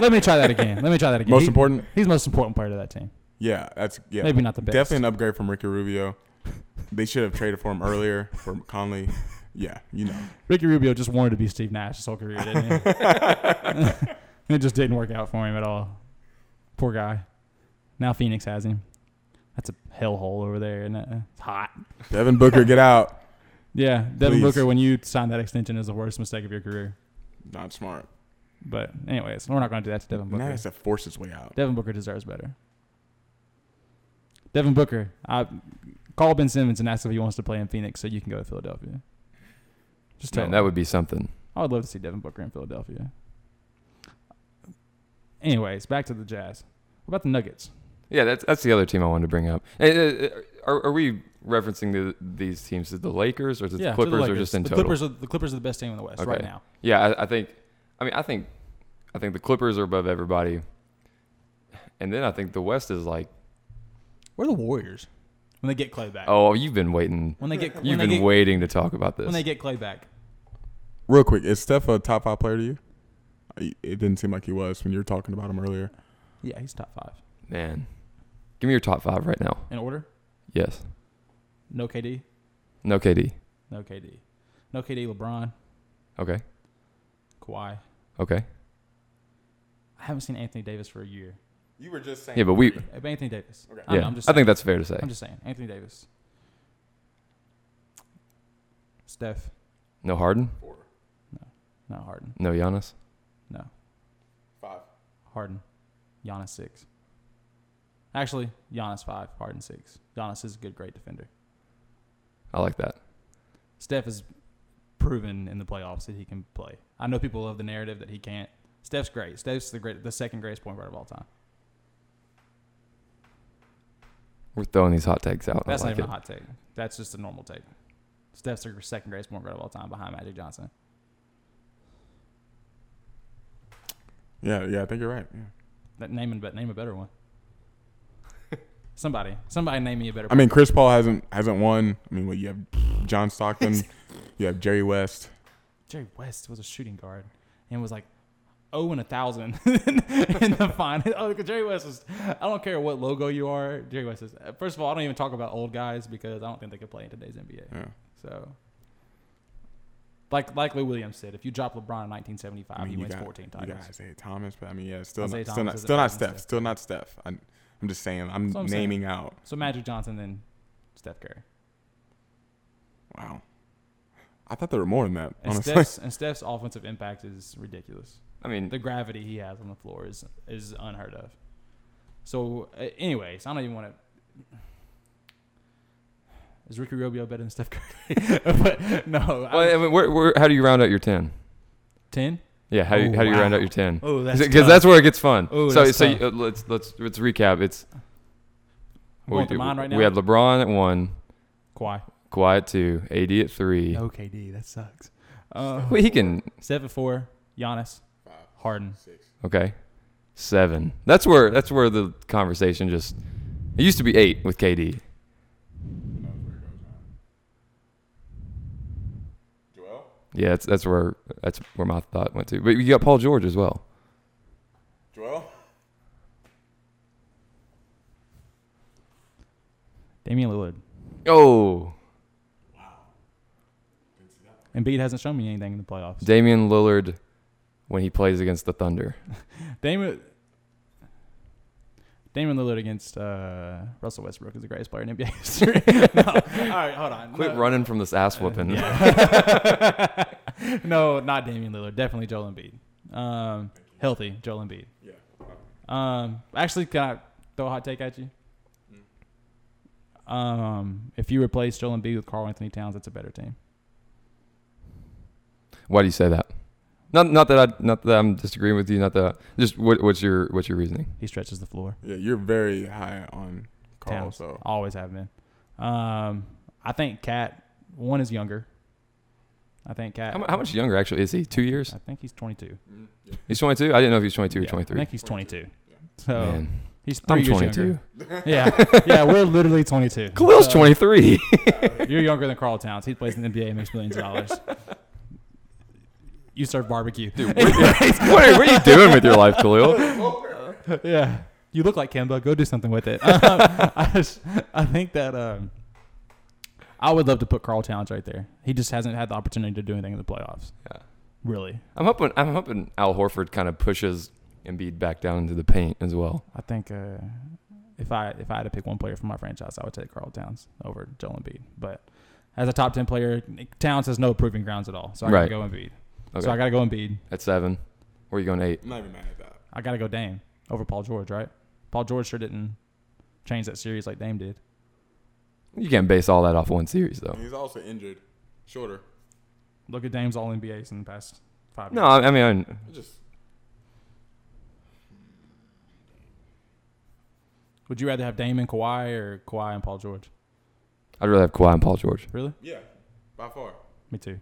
let me try that again. Let me try that again. Most He- important. He's the most important player to that team. Yeah, that's yeah. Maybe not the best. Definitely an upgrade from Ricky Rubio. They should have traded for him earlier for Conley. Yeah, you know. Ricky Rubio just wanted to be Steve Nash his whole career, didn't he? it just didn't work out for him at all. Poor guy. Now Phoenix has him. that's a hellhole over there, and it's hot. Devin Booker, get out. Yeah, Devin Please. Booker, when you signed that extension, is the worst mistake of your career. Not smart. But anyways, we're not going to do that to Devin Booker. Now he has to force his way out. Devin Booker deserves better. Devin Booker, I call Ben Simmons and ask if he wants to play in Phoenix, so you can go to Philadelphia. Just tell Man, him. that would be something. I would love to see Devin Booker in Philadelphia. Anyways, back to the Jazz. What about the Nuggets? Yeah, that's that's the other team I wanted to bring up. And, uh, are, are we referencing the, these teams to the Lakers or to the Yeah, to Clippers or Lakers. just in the total? Clippers are, the Clippers are the best team in the West right Okay. now. Yeah, I, I think. I mean, I think, I think the Clippers are above everybody, and then I think the West is like, Where are the Warriors when they get Clay back? oh, you've been waiting, when they get when you've they been get, waiting to talk about this. when they get Clay back. Real quick, is Steph a top five player to you? I- It didn't seem like he was when you were talking about him earlier. Yeah, he's top five Man, give me your top five right now. in order. Yes, No KD, no KD. no KD, no KD. LeBron, Okay, Kawhi. okay. I haven't seen Anthony Davis for a year. You were just saying. Yeah, but we. Uh, Anthony Davis. Okay. I, Yeah, know, i I'm just saying, think that's fair to say. I'm just saying Anthony Davis. Steph, No Harden, four, not Harden. no Giannis. No, five. Harden, Giannis six. Actually, Giannis five, Harden six. Giannis is a good, great defender. I like that. Steph has proven in the playoffs that he can play. I know people love the narrative that he can't. Steph's great. Steph's the great, the second greatest point guard of all time. We're throwing these hot takes out. That's I not like even it. a hot take. That's just a normal take. Steph's the second greatest point guard of all time behind Magic Johnson. Yeah, yeah, I think you're right. Yeah. That name a bet name a better one. somebody, somebody name me a better. I mean, Chris Paul hasn't hasn't won. I mean, what you have John Stockton, you have Jerry West. Jerry West was a shooting guard and was like oh and a thousand in the final. Oh, because Jerry West was. I don't care what logo you are. Jerry West is. First of all, I don't even talk about old guys because I don't think they could play in today's NBA. Yeah. So. Like, like Lou Williams said, if you drop LeBron in 1975, I mean, he you wins got- 14 You titles. got Isaiah Thomas, but I mean, yeah, still Isaiah not, still Thomas not, isn't still not better than Steph, Steph. still not Steph. I, I'm just saying, I'm, That's what I'm saying. naming out. So Magic Johnson, then Steph Curry, Wow, I thought there were more than that. and honestly, Steph's and Steph's offensive impact is ridiculous. I mean, the gravity he has on the floor is is unheard of. So, uh, anyways, I don't even want to. Is Ricky Rubio better than Steph Curry? but no, I- well, I mean, where, where, how do you round out your ten? ten. Yeah, how do you, Oh, how do you round wow. out your ten? Oh, that's because that's where it gets fun. Ooh, so that's so you, tough. uh, let's let's let's recap. It's I'm going through mine right now. we had LeBron at one, Kawhi. Kawhi at two, AD at three. OKD. That sucks. Uh, Well, he can Steph at four. Giannis. Harden. okay, seven. That's where that's where the conversation just. It used to be eight with KD. Joel, Yeah, that's that's where that's where my thought went to. But you got Paul George as well. Joel, Damian Lillard. Oh, Embiid hasn't shown me anything in the playoffs. Damian Lillard when he plays against the Thunder. Damon. Damon Lillard against uh, Russell Westbrook is the greatest player in NBA history. No. All right, hold on. Quit No. running from this ass whooping. Yeah. no, not Damian Lillard. Definitely Joel Embiid. Um, healthy Joel Embiid. yeah, Um, actually, can I throw a hot take at you? Hmm. Um, if you replace Joel Embiid with Carl Anthony Towns, that's a better team. Why do you say that? Not not that I not that I'm disagreeing with you. Not that I, just what, what's your what's your reasoning? He stretches the floor. yeah. You're very high on Carl, Towns so always have been. Um, I think Cat one is younger. I think Cat. How, mu- how much younger actually is he? Two years? I think he's 22. He's 22. I didn't know if he was 22 or Yeah, I 23. think he's 22. So Man, he's 3 I'm years 22. younger. Uh, Yeah, yeah, we're literally 22. Khalil's 23. You're younger than Carl Towns. He plays in the NBA and makes millions of dollars. You serve barbecue. what, are, what are you doing with your life, Khalil? yeah. You look like Kimba. Go do something with it. I, just, I think that um, I would love to put Carl Towns right there. He just hasn't had the opportunity to do anything in the playoffs. Yeah. Really. I'm hoping I'm hoping Al Horford kind of pushes Embiid back down into the paint as well. I think uh, if I if I had to pick one player from my franchise, I would take Carl Towns over Joel Embiid. But as a top ten player, Towns has no proving grounds at all, so I Right. gotta go Embiid. Okay. So I gotta go Embiid. At seven. Where you going eight? I'm not even mad at that. I gotta go Dame over Paul George, right? Paul George sure didn't change that series like Dame did. You can't base all that off one series though. And he's also injured, shorter. Look at Dame's All NBAs in the past five. No, years. I I mean, I- It's Just Would you rather have Dame and Kawhi or Kawhi and Paul George? I'd rather have Kawhi and Paul George. Really? yeah, by far. Me too.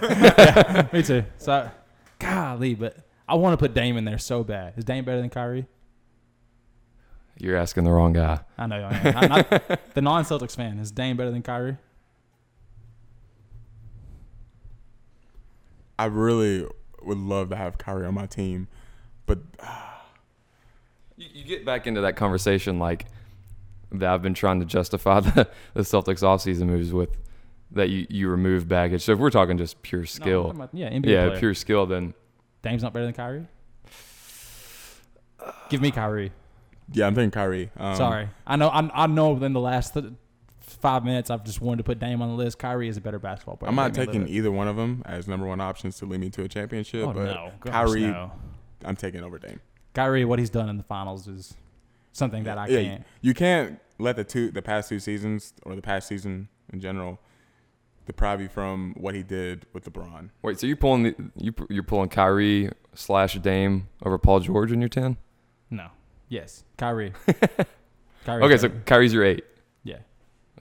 yeah, me too. So, I- golly, but I want to put Dame in there so bad. Is Dame better than Kyrie? You're asking the wrong guy. I know. I am. I'm not, the non-Celtics fan is Dame better than Kyrie? I really would love to have Kyrie on my team, but You, you get back into that conversation like that I've been trying to justify the, the Celtics offseason moves with that you, you remove baggage. So if we're talking just pure No, I'm skill, talking about- yeah, NBA yeah, player. pure skill, then Dame's not better than Kyrie. Give me Kyrie. yeah, I'm thinking Kyrie. Um, Sorry, I know. I'm, I know. Within the last th- five minutes, I've just wanted to put Dame on the list. Kyrie is a better basketball player. I'm not Let me taking live it. either one of them as number one options to lead me to a championship, Oh but no, gosh, Kyrie, no. I'm taking over Dame. Kyrie, what he's done in the finals is something that I Yeah, can't. You can't let the two the past two seasons or the past season in general deprive you from what he did with LeBron. wait, so you're pulling the, you pu- you're pulling Kyrie slash Dame over Paul George in your ten? No. Yes, Kyrie. Kyrie. Okay, so Kyrie's your eight. yeah,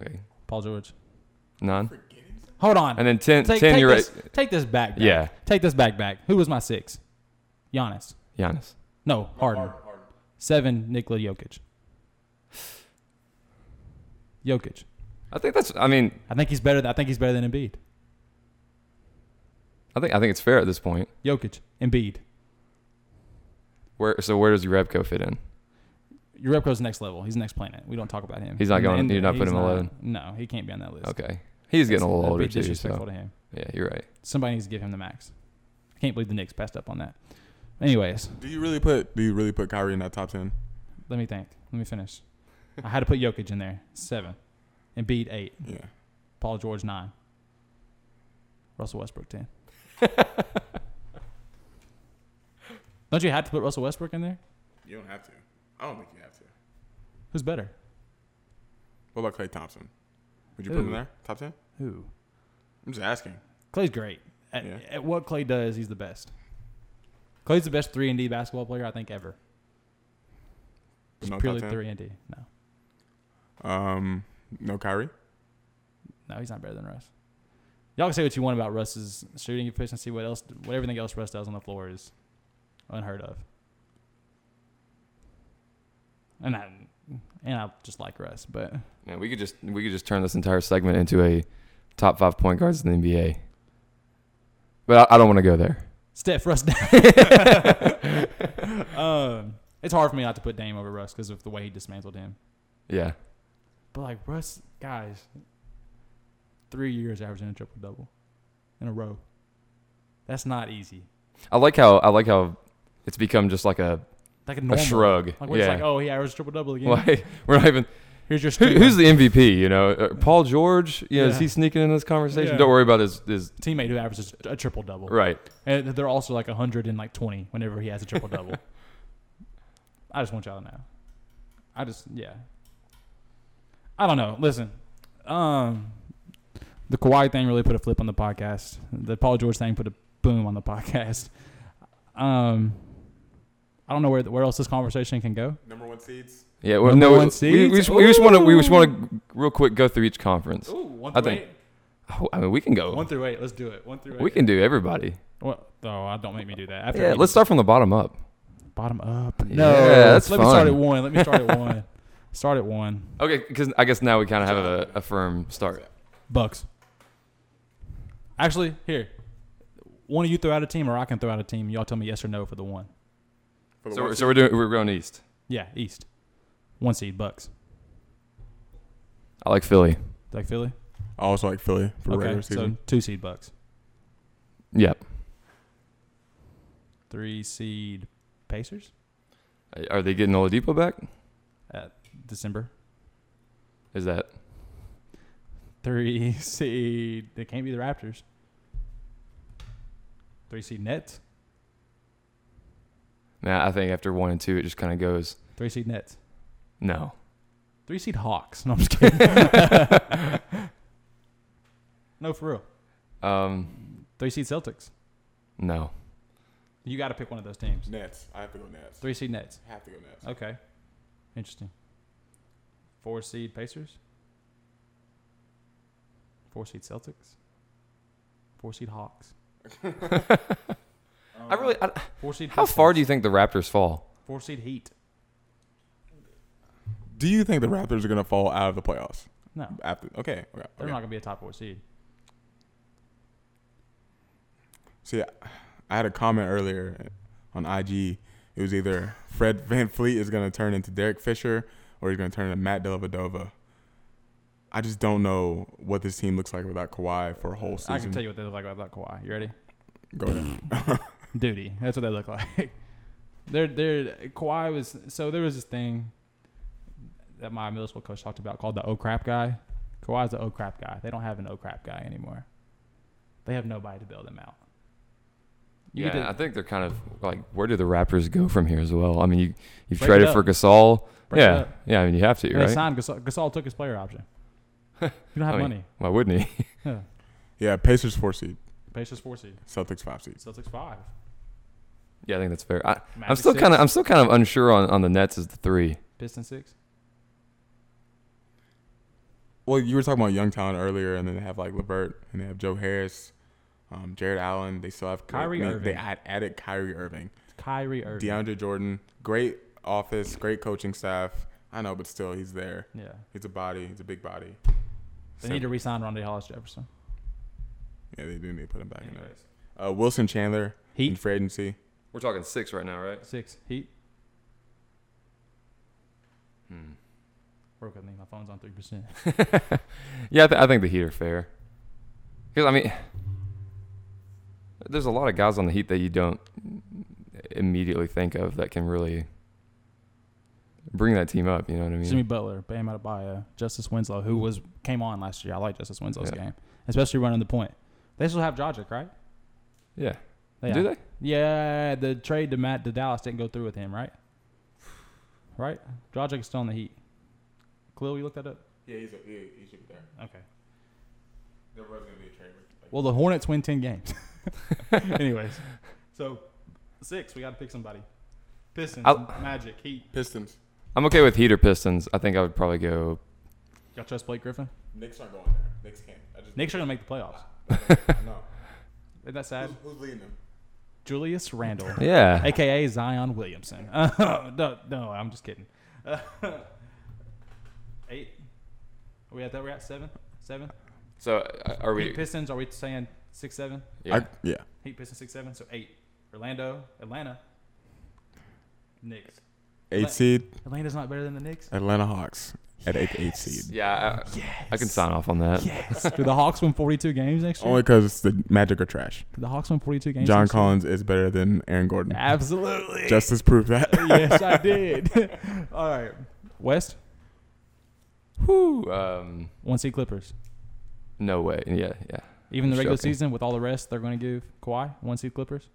Okay, Paul George. none, Hold on. and then 10, take, 10 take you're this, eight. Take this back. back. Yeah. Take this back. Back. Who was my six? Giannis. Giannis. No, Harden. Seven. Nikola Jokic. Jokic. I think that's. I mean, I think he's better. Than, I think he's better than Embiid. I think I think it's fair at this point. Jokic. Embiid. Where so where does Rebko fit in? Urebko's next level. He's next planet. We don't talk about him. He's not going- you're not he's putting him not- alone. No, he can't be on that list. Okay, he's getting a little That'd be older too. disrespectful to So him. yeah, you're right. Somebody needs to give him the max. I can't believe the Knicks passed up on that. Anyways, Do you really put do you really put Kyrie in that top ten? let me think. Let me finish. I had to put Jokic in there. Seven. Embiid eight. Yeah. Paul George nine. Russell Westbrook ten. Don't you have to put Russell Westbrook in there? You don't have to. I don't think you have to. Who's better? What about Clay Thompson? Would you put him in Ooh. there? Top ten? Who? I'm just asking. Clay's great. At, Yeah. at what Clay does, he's the best. Clay's the best three and D basketball player I think ever. But no Purely top 10? three and D. No, Um no Kyrie? no, he's not better than Russ. Y'all can say what you want about Russ's shooting efficiency, what else, what everything else Russ does on the floor is unheard of. And I and I just like Russ, but Man, we could just we could just turn this entire segment into a top five point guards in the NBA. But I, I don't want to go there. Steph Russ. um, it's hard for me not to put Dame over Russ because of the way he dismantled him. Yeah, But like Russ, guys, three years averaging a triple double in a row. That's not easy. I like how I like how it's become just like a Like a normal shrug, Like we're just yeah. like, oh, he averaged a triple double again. like we're not even Here's your who, street who's the MVP. You know, Uh, Paul George. You know, is Yeah. he sneaking in this conversation? Yeah. Don't worry about his his teammate who averages a triple double. right. And they're also like hundred and like twenty whenever he has a triple double. I just want y'all to know. I just yeah. I don't know. Listen, um, the Kawhi thing really put a flip on the podcast. The Paul George thing put a boom on the podcast. Um, I don't know where where else this conversation can go. Number one seeds. Yeah, well, Number no, one we, seeds? we just, we just want to we just want to real quick go through each conference. Ooh, one I through think- Oh, I mean, we can go. One through eight. Let's do it. One through eight. We can do everybody. Well, oh, I don't make me do that. After Yeah, we- let's start from the bottom up. bottom up. No. Yeah, that's let me start at fun. one. Let me start at one. Start at one. Okay, because I guess now we kind of have a, a firm start. Bucks. Actually, here. One of you throw out a team, or I can throw out a team. Y'all tell me yes or no for the one. For the So, we're- one so we're doing we're going east. Yeah, East. One seed, Bucks. I like Philly. Like Philly? seed. I also Oh, like Philly for regular so season. two seed, Bucks. Yep. Three seed, Pacers? Are they getting Oladipo back? Uh, December. Is that Three seed. They can't be the Raptors. Three seed Nets. man? I think after one and two, it just kind of goes Three seed Nets. no. Three seed Hawks. No, I'm just kidding. no, for real. Um, Three seed Celtics. no. You got to pick one of those teams. Nets. I have to go Nets. Three seed Nets. Have to go Nets. Okay. Interesting. Four seed Pacers. Four seed Celtics. Four seed Hawks. I really. I, Four seed. how far do you think the Raptors fall? Four seed Heat. Do you think the Raptors are gonna fall out of the playoffs No, they're after? Okay. Okay. okay. not gonna be a top four seed. See, I had a comment earlier on IG. It was either Fred Van Fleet is going to turn into Derek Fisher or he's going to turn into Matt Dellavedova. I just don't know what this team looks like without Kawhi for a whole season. I can tell you what they look like without Kawhi. You ready? Go ahead. Duty. That's what they look like. they're they're Kawhi was so there was this thing that my middle school coach talked about called the oh crap guy. Kawhi's the oh crap guy. They don't have an oh crap guy anymore. They have nobody to bail them out. You yeah, get to- I think they're kind of like, where do the Raptors go from here as well? I mean, you you've Break it traded up. for Gasol. Break it yeah, up. yeah. I mean, you have to, And right? They signed Gasol. Gasol took his player option. You don't I have mean, money. Why wouldn't he? Yeah. yeah, Pacers four seed, Pacers four seed. Celtics five seed. Celtics five. yeah, I think that's fair. I, I'm Magic still kind of six. I'm still kind of unsure on, on the Nets as the three. Pistons six. Well, you were talking about young talent earlier, and then they have like Levert and they have Joe Harris, um, Jared Allen. They still have Kyrie they- They Irving. add, added Kyrie Irving. Kyrie Irving. DeAndre Jordan, great office, great coaching staff. I know, but still, he's there. yeah. He's a body. He's a big body. They So- need to re-sign Rondé Hollis Jefferson. Yeah, they do need to put him back in Anyways. there. Uh, Wilson Chandler in Heat free agency. We're talking six right now, right? six. Heat. Hmm. Broke. I think my phone's on three percent. Yeah, I, th- I think the Heat are fair. Because I mean, there's a lot of guys on the Heat that you don't immediately think of that can really bring that team up. You know what I mean? Jimmy Butler, Bam Adebayo, Justice Winslow, who was came on last year. I like Justice Winslow's Yeah. game, especially running the point. They still have Dragic, right? yeah. Do they? Yeah, the trade to Matt to Dallas didn't go through with him, right? Right? Dragic is still on the Heat. Khalil, you looked that up? Yeah, he's a, he, he should be there. Okay. There was gonna be a trade. Well, the Hornets win 10 games. Anyways, so six, we got to pick somebody. Pistons, I'll- Magic, Heat. Pistons. I'm okay with Heat or Pistons. I think I would probably go. Y'all trust Blake Griffin? Knicks aren't going there. Knicks can't. I just Knicks are going to make the playoffs. no. Isn't that sad? who's leading them? Julius Randle. Yeah. aka Zion Williamson. no, no, I'm just kidding. eight. Are we at that? We're at seven. Seven. So uh, are Heat we? Pistons. Are we saying six seven? Yeah. I, yeah. Heat Pistons six seven. So eight. Orlando, Atlanta, Knicks. Eight Let- seed Atlanta's not better than the Knicks. Atlanta Hawks at eight eight seed. yeah. I, Yes. I can sign off on that. Yes. Do the Hawks win 42 games next year? Only because the Magic are trash. Do the Hawks win 42 games. John next year? Collins is better than Aaron Gordon. Absolutely. Justice proved that. yes, I did. All right. West Whew, um, one seed Clippers. no way. Yeah. Yeah. Even the It's regular shocking. season, with all the rest, they're going to give Kawhi one seed Clippers.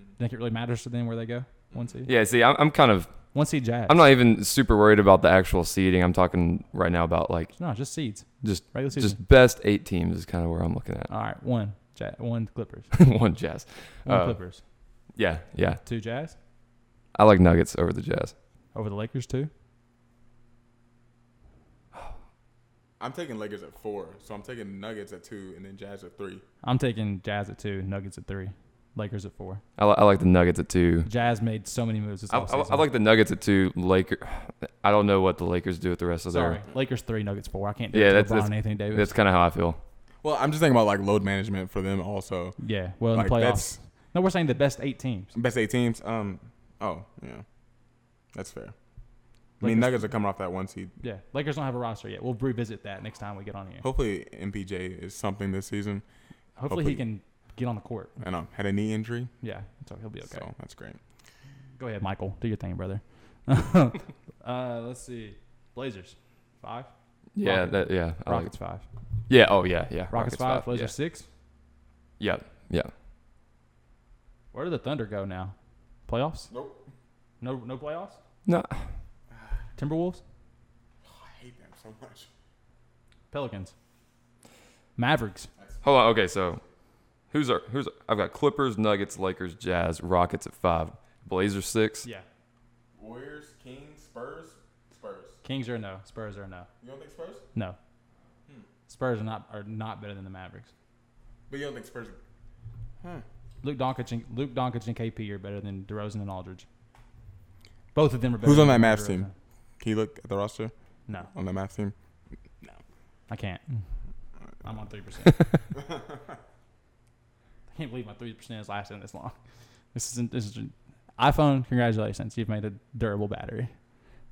Mm-hmm. Think it really matters to them where they go? One seed. Yeah. See, I'm, I'm kind of. One seed Jazz. I'm not even super worried about the actual seeding. I'm talking right now about like No, just seeds. just Regular season. just best eight teams is kind of where I'm looking at. all right. One. Ja- one Clippers. One Jazz. One Uh, Clippers. Yeah, yeah. Two Jazz I like Nuggets over the Jazz. over the Lakers too. I'm taking Lakers at four, so I'm taking Nuggets at two, and then Jazz at three. I'm taking Jazz at two, Nuggets at three, Lakers at four. I, li- I like the Nuggets at two. Jazz made so many moves this I, I, offseason. I like the Nuggets at two. Laker. I don't know what the Lakers do with the rest of Sorry, their. Lakers three, Nuggets four. I can't do Yeah, yeah, that's- that's, LeBron that's- and Anthony Davis. That's kind of how I feel. Well, I'm just thinking about like load management for them also. yeah, well in like the playoffs. that's No, we're saying the best eight teams. best eight teams. Um, oh yeah, that's fair. I Lakers- mean, Nuggets are coming off that one seed. Yeah, Lakers don't have a roster yet. We'll revisit that next time we get on here. Hopefully, MPJ is something this season. Hopefully, hopefully- he can get on the court. I know had a knee injury, Yeah, so he'll be okay. so that's great. Go ahead, Michael. Do your thing, brother. uh, let's see. Blazers, Blazers, five. Yeah, Rocket- that, yeah. I like- Rockets five. yeah, oh, yeah, yeah. Rockets, five. Blazers yeah. six. Yeah, yeah. Where did the Thunder go now? Playoffs? Nope. No, no playoffs. No, Timberwolves, Oh, I hate them so much. Pelicans, Mavericks. Hold on. Okay, so who's our who's I've got Clippers, Nuggets, Lakers, Jazz, Rockets at five, Blazers six. Yeah. Warriors, Kings, Spurs, Spurs. Kings are a no. Spurs are a no. You don't think Spurs? No. Spurs are not are not better than the Mavericks. But you don't think Spurs? Luke Doncic and Luke Doncic and KP are better than DeRozan and Aldridge. Both of them are better. Who's on than that Mavs DeRozan. team? Can you look at the roster No, on the Mavs team? I can't. I'm on three percent. I can't believe my three percent is lasting this long. This isn't. This is iPhone. Congratulations, you've made a durable battery.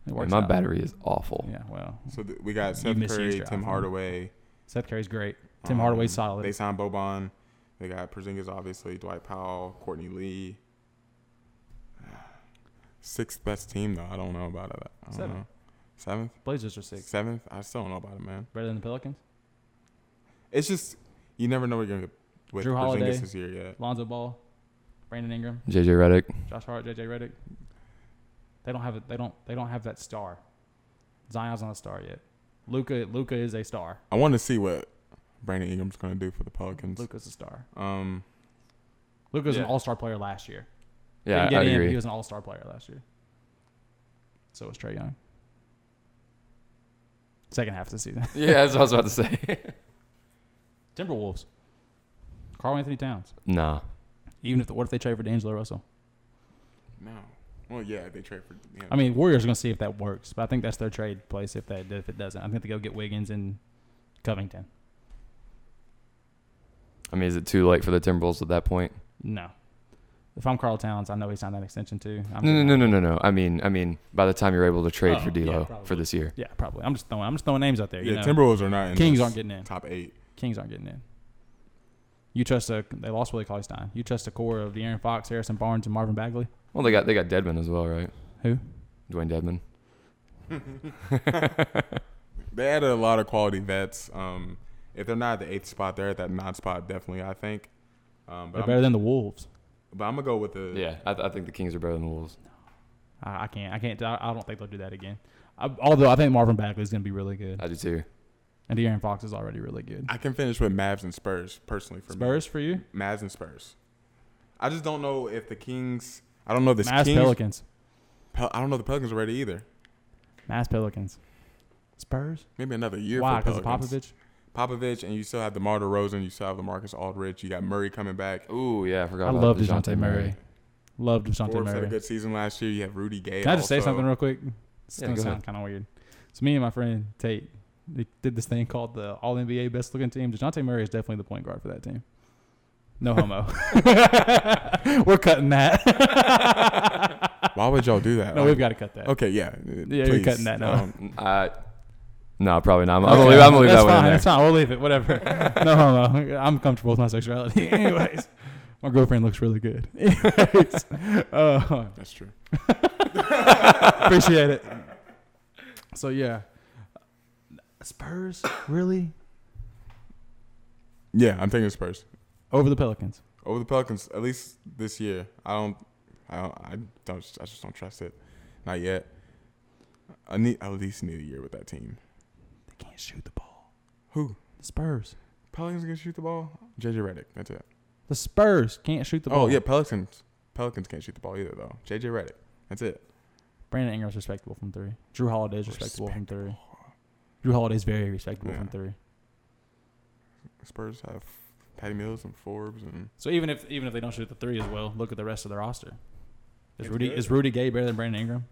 It Man, works my out. battery is awful. Yeah, well, So th- we got Seth misused Curry, your Tim iPhone. Hardaway. Seth Curry's great. Tim um, Hardaway's solid. They signed Boban. They got Porzingis, obviously. Dwight Powell, Courtney Lee. Sixth best team though. I don't know about it. I don't Seventh. know. Seventh, Blazers are six. seventh. I still don't know about it, man. Better than the Pelicans. It's just you never know what you're gonna get with Drew Holiday. Porzingis this year yet. Lonzo Ball, Brandon Ingram, JJ Redick. Josh Hart, JJ Redick. They don't have it. They don't. They don't have that star. Zion's not a star yet. Luca. Luca is a star. I want to see what Brandon Ingram's gonna do for the Pelicans. Luca's a star. Um, Luca's an Yeah. All Star player last year. Yeah, Didn't I, get I in, but agree. He was an All Star player last year. So was Trey Young. Second half of the season. yeah, that's what I was about to say. Timberwolves. Carl Anthony Towns. nah. Even if the, what if they trade for D'Angelo Russell? no. Well, yeah, they trade for. Yeah. I mean, Warriors are going to see if that works, but I think that's their trade place. If that if it doesn't, I'm going to go get Wiggins and Covington. I mean, is it too late for the Timberwolves at that point? No, if I'm Carl Towns, I know he signed that extension too. I'm No, good. no, no, no, no. I mean, I mean, by the time you're able to trade Oh, for yeah, D'Lo for probably. this year, Yeah, probably. I'm just throwing. I'm just throwing names out there. yeah, you know? Timberwolves are not. In Kings this aren't getting in. top eight. Kings aren't getting in. You trust a? They lost Willie Cauley Stein. You trust a core of De'Aaron Fox, Harrison Barnes, and Marvin Bagley. well, they got they got Deadman as well, right? Who? Dwayne Deadman. They added a lot of quality vets. Um, if they're not at the eighth spot, they're at that ninth spot definitely. I think. Um, They're but, better I'm, than the Wolves. but I'm gonna go with the. Yeah, I, th- I think the Kings are better than the Wolves. I, I can't. I can't. I, I don't think they'll do that again. I, although I think Marvin Bagley's going to be really good, I do too. and De'Aaron Fox is already really good. I can finish with Mavs and Spurs personally for Spurs for you? me. Mavs and Spurs. I just don't know if the Kings. I don't know if this Mass Kings. Pelicans. Pel- I don't know if the Pelicans are ready either. Mass Pelicans. Spurs? Maybe another year. Why? for Because the of Pelicans. Popovich? Popovich, and you still have DeMar DeRozan. You still have Lamarcus Aldridge. You got Murray coming back. Ooh, yeah, I forgot. I about love DeJounte DeJounte Murray. Love DeJounte Forbes had a Murray. good season last year. You have Rudy Gay. Can I just say also. something real quick? It's Yeah, going go to ahead. sound kind of weird. So me and my friend Tate they did this thing called the All NBA Best Looking Team. DeJounte Murray is definitely the point guard for that team. No homo. We're cutting that. Why would y'all do that? no, Like, we've got to cut that. Okay, yeah. Um, you're cutting that now. Uh, no, probably not. I'm, I'm gonna leave, I'm gonna leave that's that one fine. in there. That's fine. We'll leave it. Whatever. no homo. I'm comfortable with my sexuality. Anyways, my girlfriend looks really good. Anyways, uh, That's true. appreciate it. So yeah, Spurs really Yeah, I'm taking Spurs over the Pelicans. over the Pelicans at least this year. I don't, I don't, I don't, I just don't trust it. Not yet. I need I at least need a year with that team. They can't shoot the ball. Who? The Spurs. Pelicans can shoot the ball. JJ Redick. That's it. The Spurs can't shoot the ball. oh yeah, Pelicans. Pelicans can't shoot the ball either though. JJ Redick. That's it. Brandon Ingram's respectable from three. Drew Holiday's respectable, from three. Drew Holiday's very respectable from Yeah. three. Spurs have Patty Mills and Forbes and So even if even if they don't shoot the three as well, look at the rest of the roster. Is It's Rudy good. is Rudy Gay better than Brandon Ingram?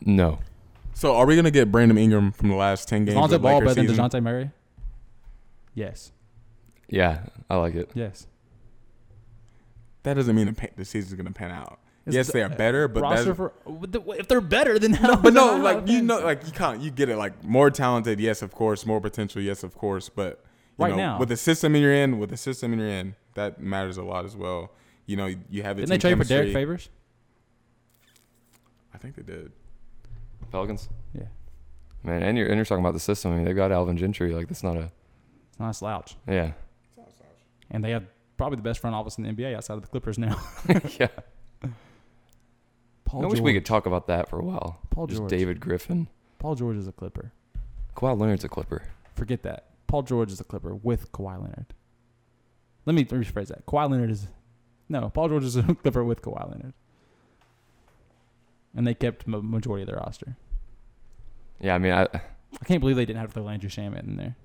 No, So are we gonna get Brandon Ingram from the last ten Is games? Lonzo of Ball Lakers better than season? DeJounte Murray? Yes. yeah, I like it. Yes. That doesn't mean the, pa- the season's gonna pan out. It's yes, the- they are better, but Roster that's for if they're better than no, But no, like you know, like you can't you get it like more talented, yes, of course, more potential, yes, of course, but you Right know, now. with the system in your end, with the system in your end, that matters a lot as well. You know, you have the Didn't they trade team for Derek chemistry. Favors? I think they did. Pelicans. man. And you're, and you're talking about the system. I mean, they've got Alvin Gentry. Like that's not a It's not a slouch. yeah, And they have probably the best front office in the NBA outside of the Clippers now. yeah. Paul I wish we could talk about that for a while. Paul Just George. David Griffin. Paul George is a Clipper. Kawhi Leonard's a Clipper. Forget that. Paul George is a Clipper with Kawhi Leonard. Let me rephrase that. Kawhi Leonard is no. Paul George is a Clipper with Kawhi Leonard. And they kept ma- majority of their roster. Yeah, I mean, I I can't believe they didn't have the Landry Shamet in there.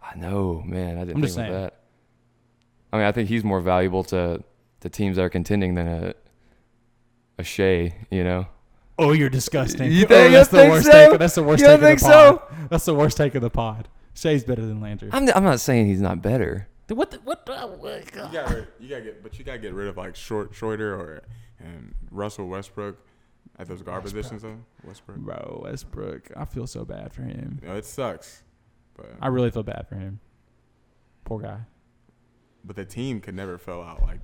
I know, man. I didn't I'm think just about saying. that. I mean, I think he's more valuable to the teams that are contending than a a Shea. You know, Oh, you're disgusting. You Oh, think- that's you the think worst so? take. That's the worst You take think of the so? pod. That's the worst take of the pod. Shea's better than Landry. I'm I'm not saying he's not better. what the, oh what You got to you got to get but you got to get rid of like short Schroeder or and Russell Westbrook at those guard positions though. Westbrook. Bro, Westbrook. I feel so bad for him. You know, it sucks. But I really feel bad for him. Poor guy. but the team could never fell out like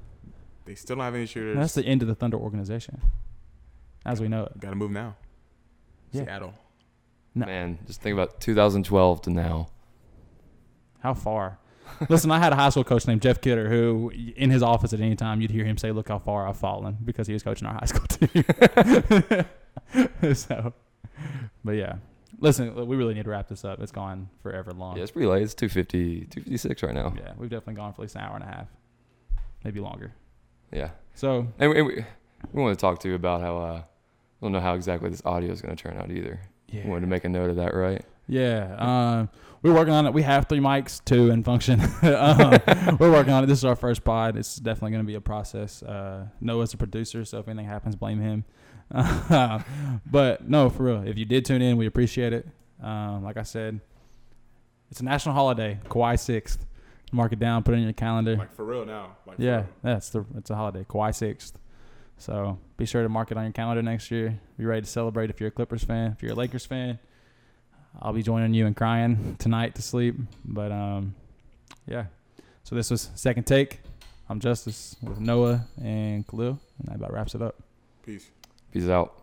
they still don't have any shooters. And that's the end of the Thunder organization, as we know it. got to move now. Yeah. Seattle. No. Man, just think about 2012 to now. How far? Listen, I had a high school coach named Jeff Kidder who, in his office at any time, you'd hear him say, "Look how far I've fallen," because he was coaching our high school team. so, but yeah, listen, we really need to wrap this up. It's gone forever long. Yeah, it's pretty late. It's 250, 256 right now. Yeah, we've definitely gone for at least an hour and a half, maybe longer. Yeah, So and we, and we, we want to talk to you about how uh, I don't know how exactly this audio is going to turn out either. yeah, We wanted to make a note of that, right? Yeah, um, we're working on it. We have three mics, two in function. um, we're working on it. This is our first pod. It's definitely going to be a process. Uh, Noah's the producer, so if anything happens, blame him. but no, for real, if you did tune in, we appreciate it. Um, like I said, it's a national holiday, Kawhi sixth. Mark it down, put it in your calendar. Like for real now. Like for Yeah, real. that's the it's a holiday, Kawhi sixth. So be sure to mark it on your calendar next year. Be ready to celebrate if you're a Clippers fan, if you're a Lakers fan. I'll be joining you in crying tonight to sleep. But um, yeah. So this was second take. I'm Justice with Noah and Khalil, and that about wraps it up. Peace. Peace out.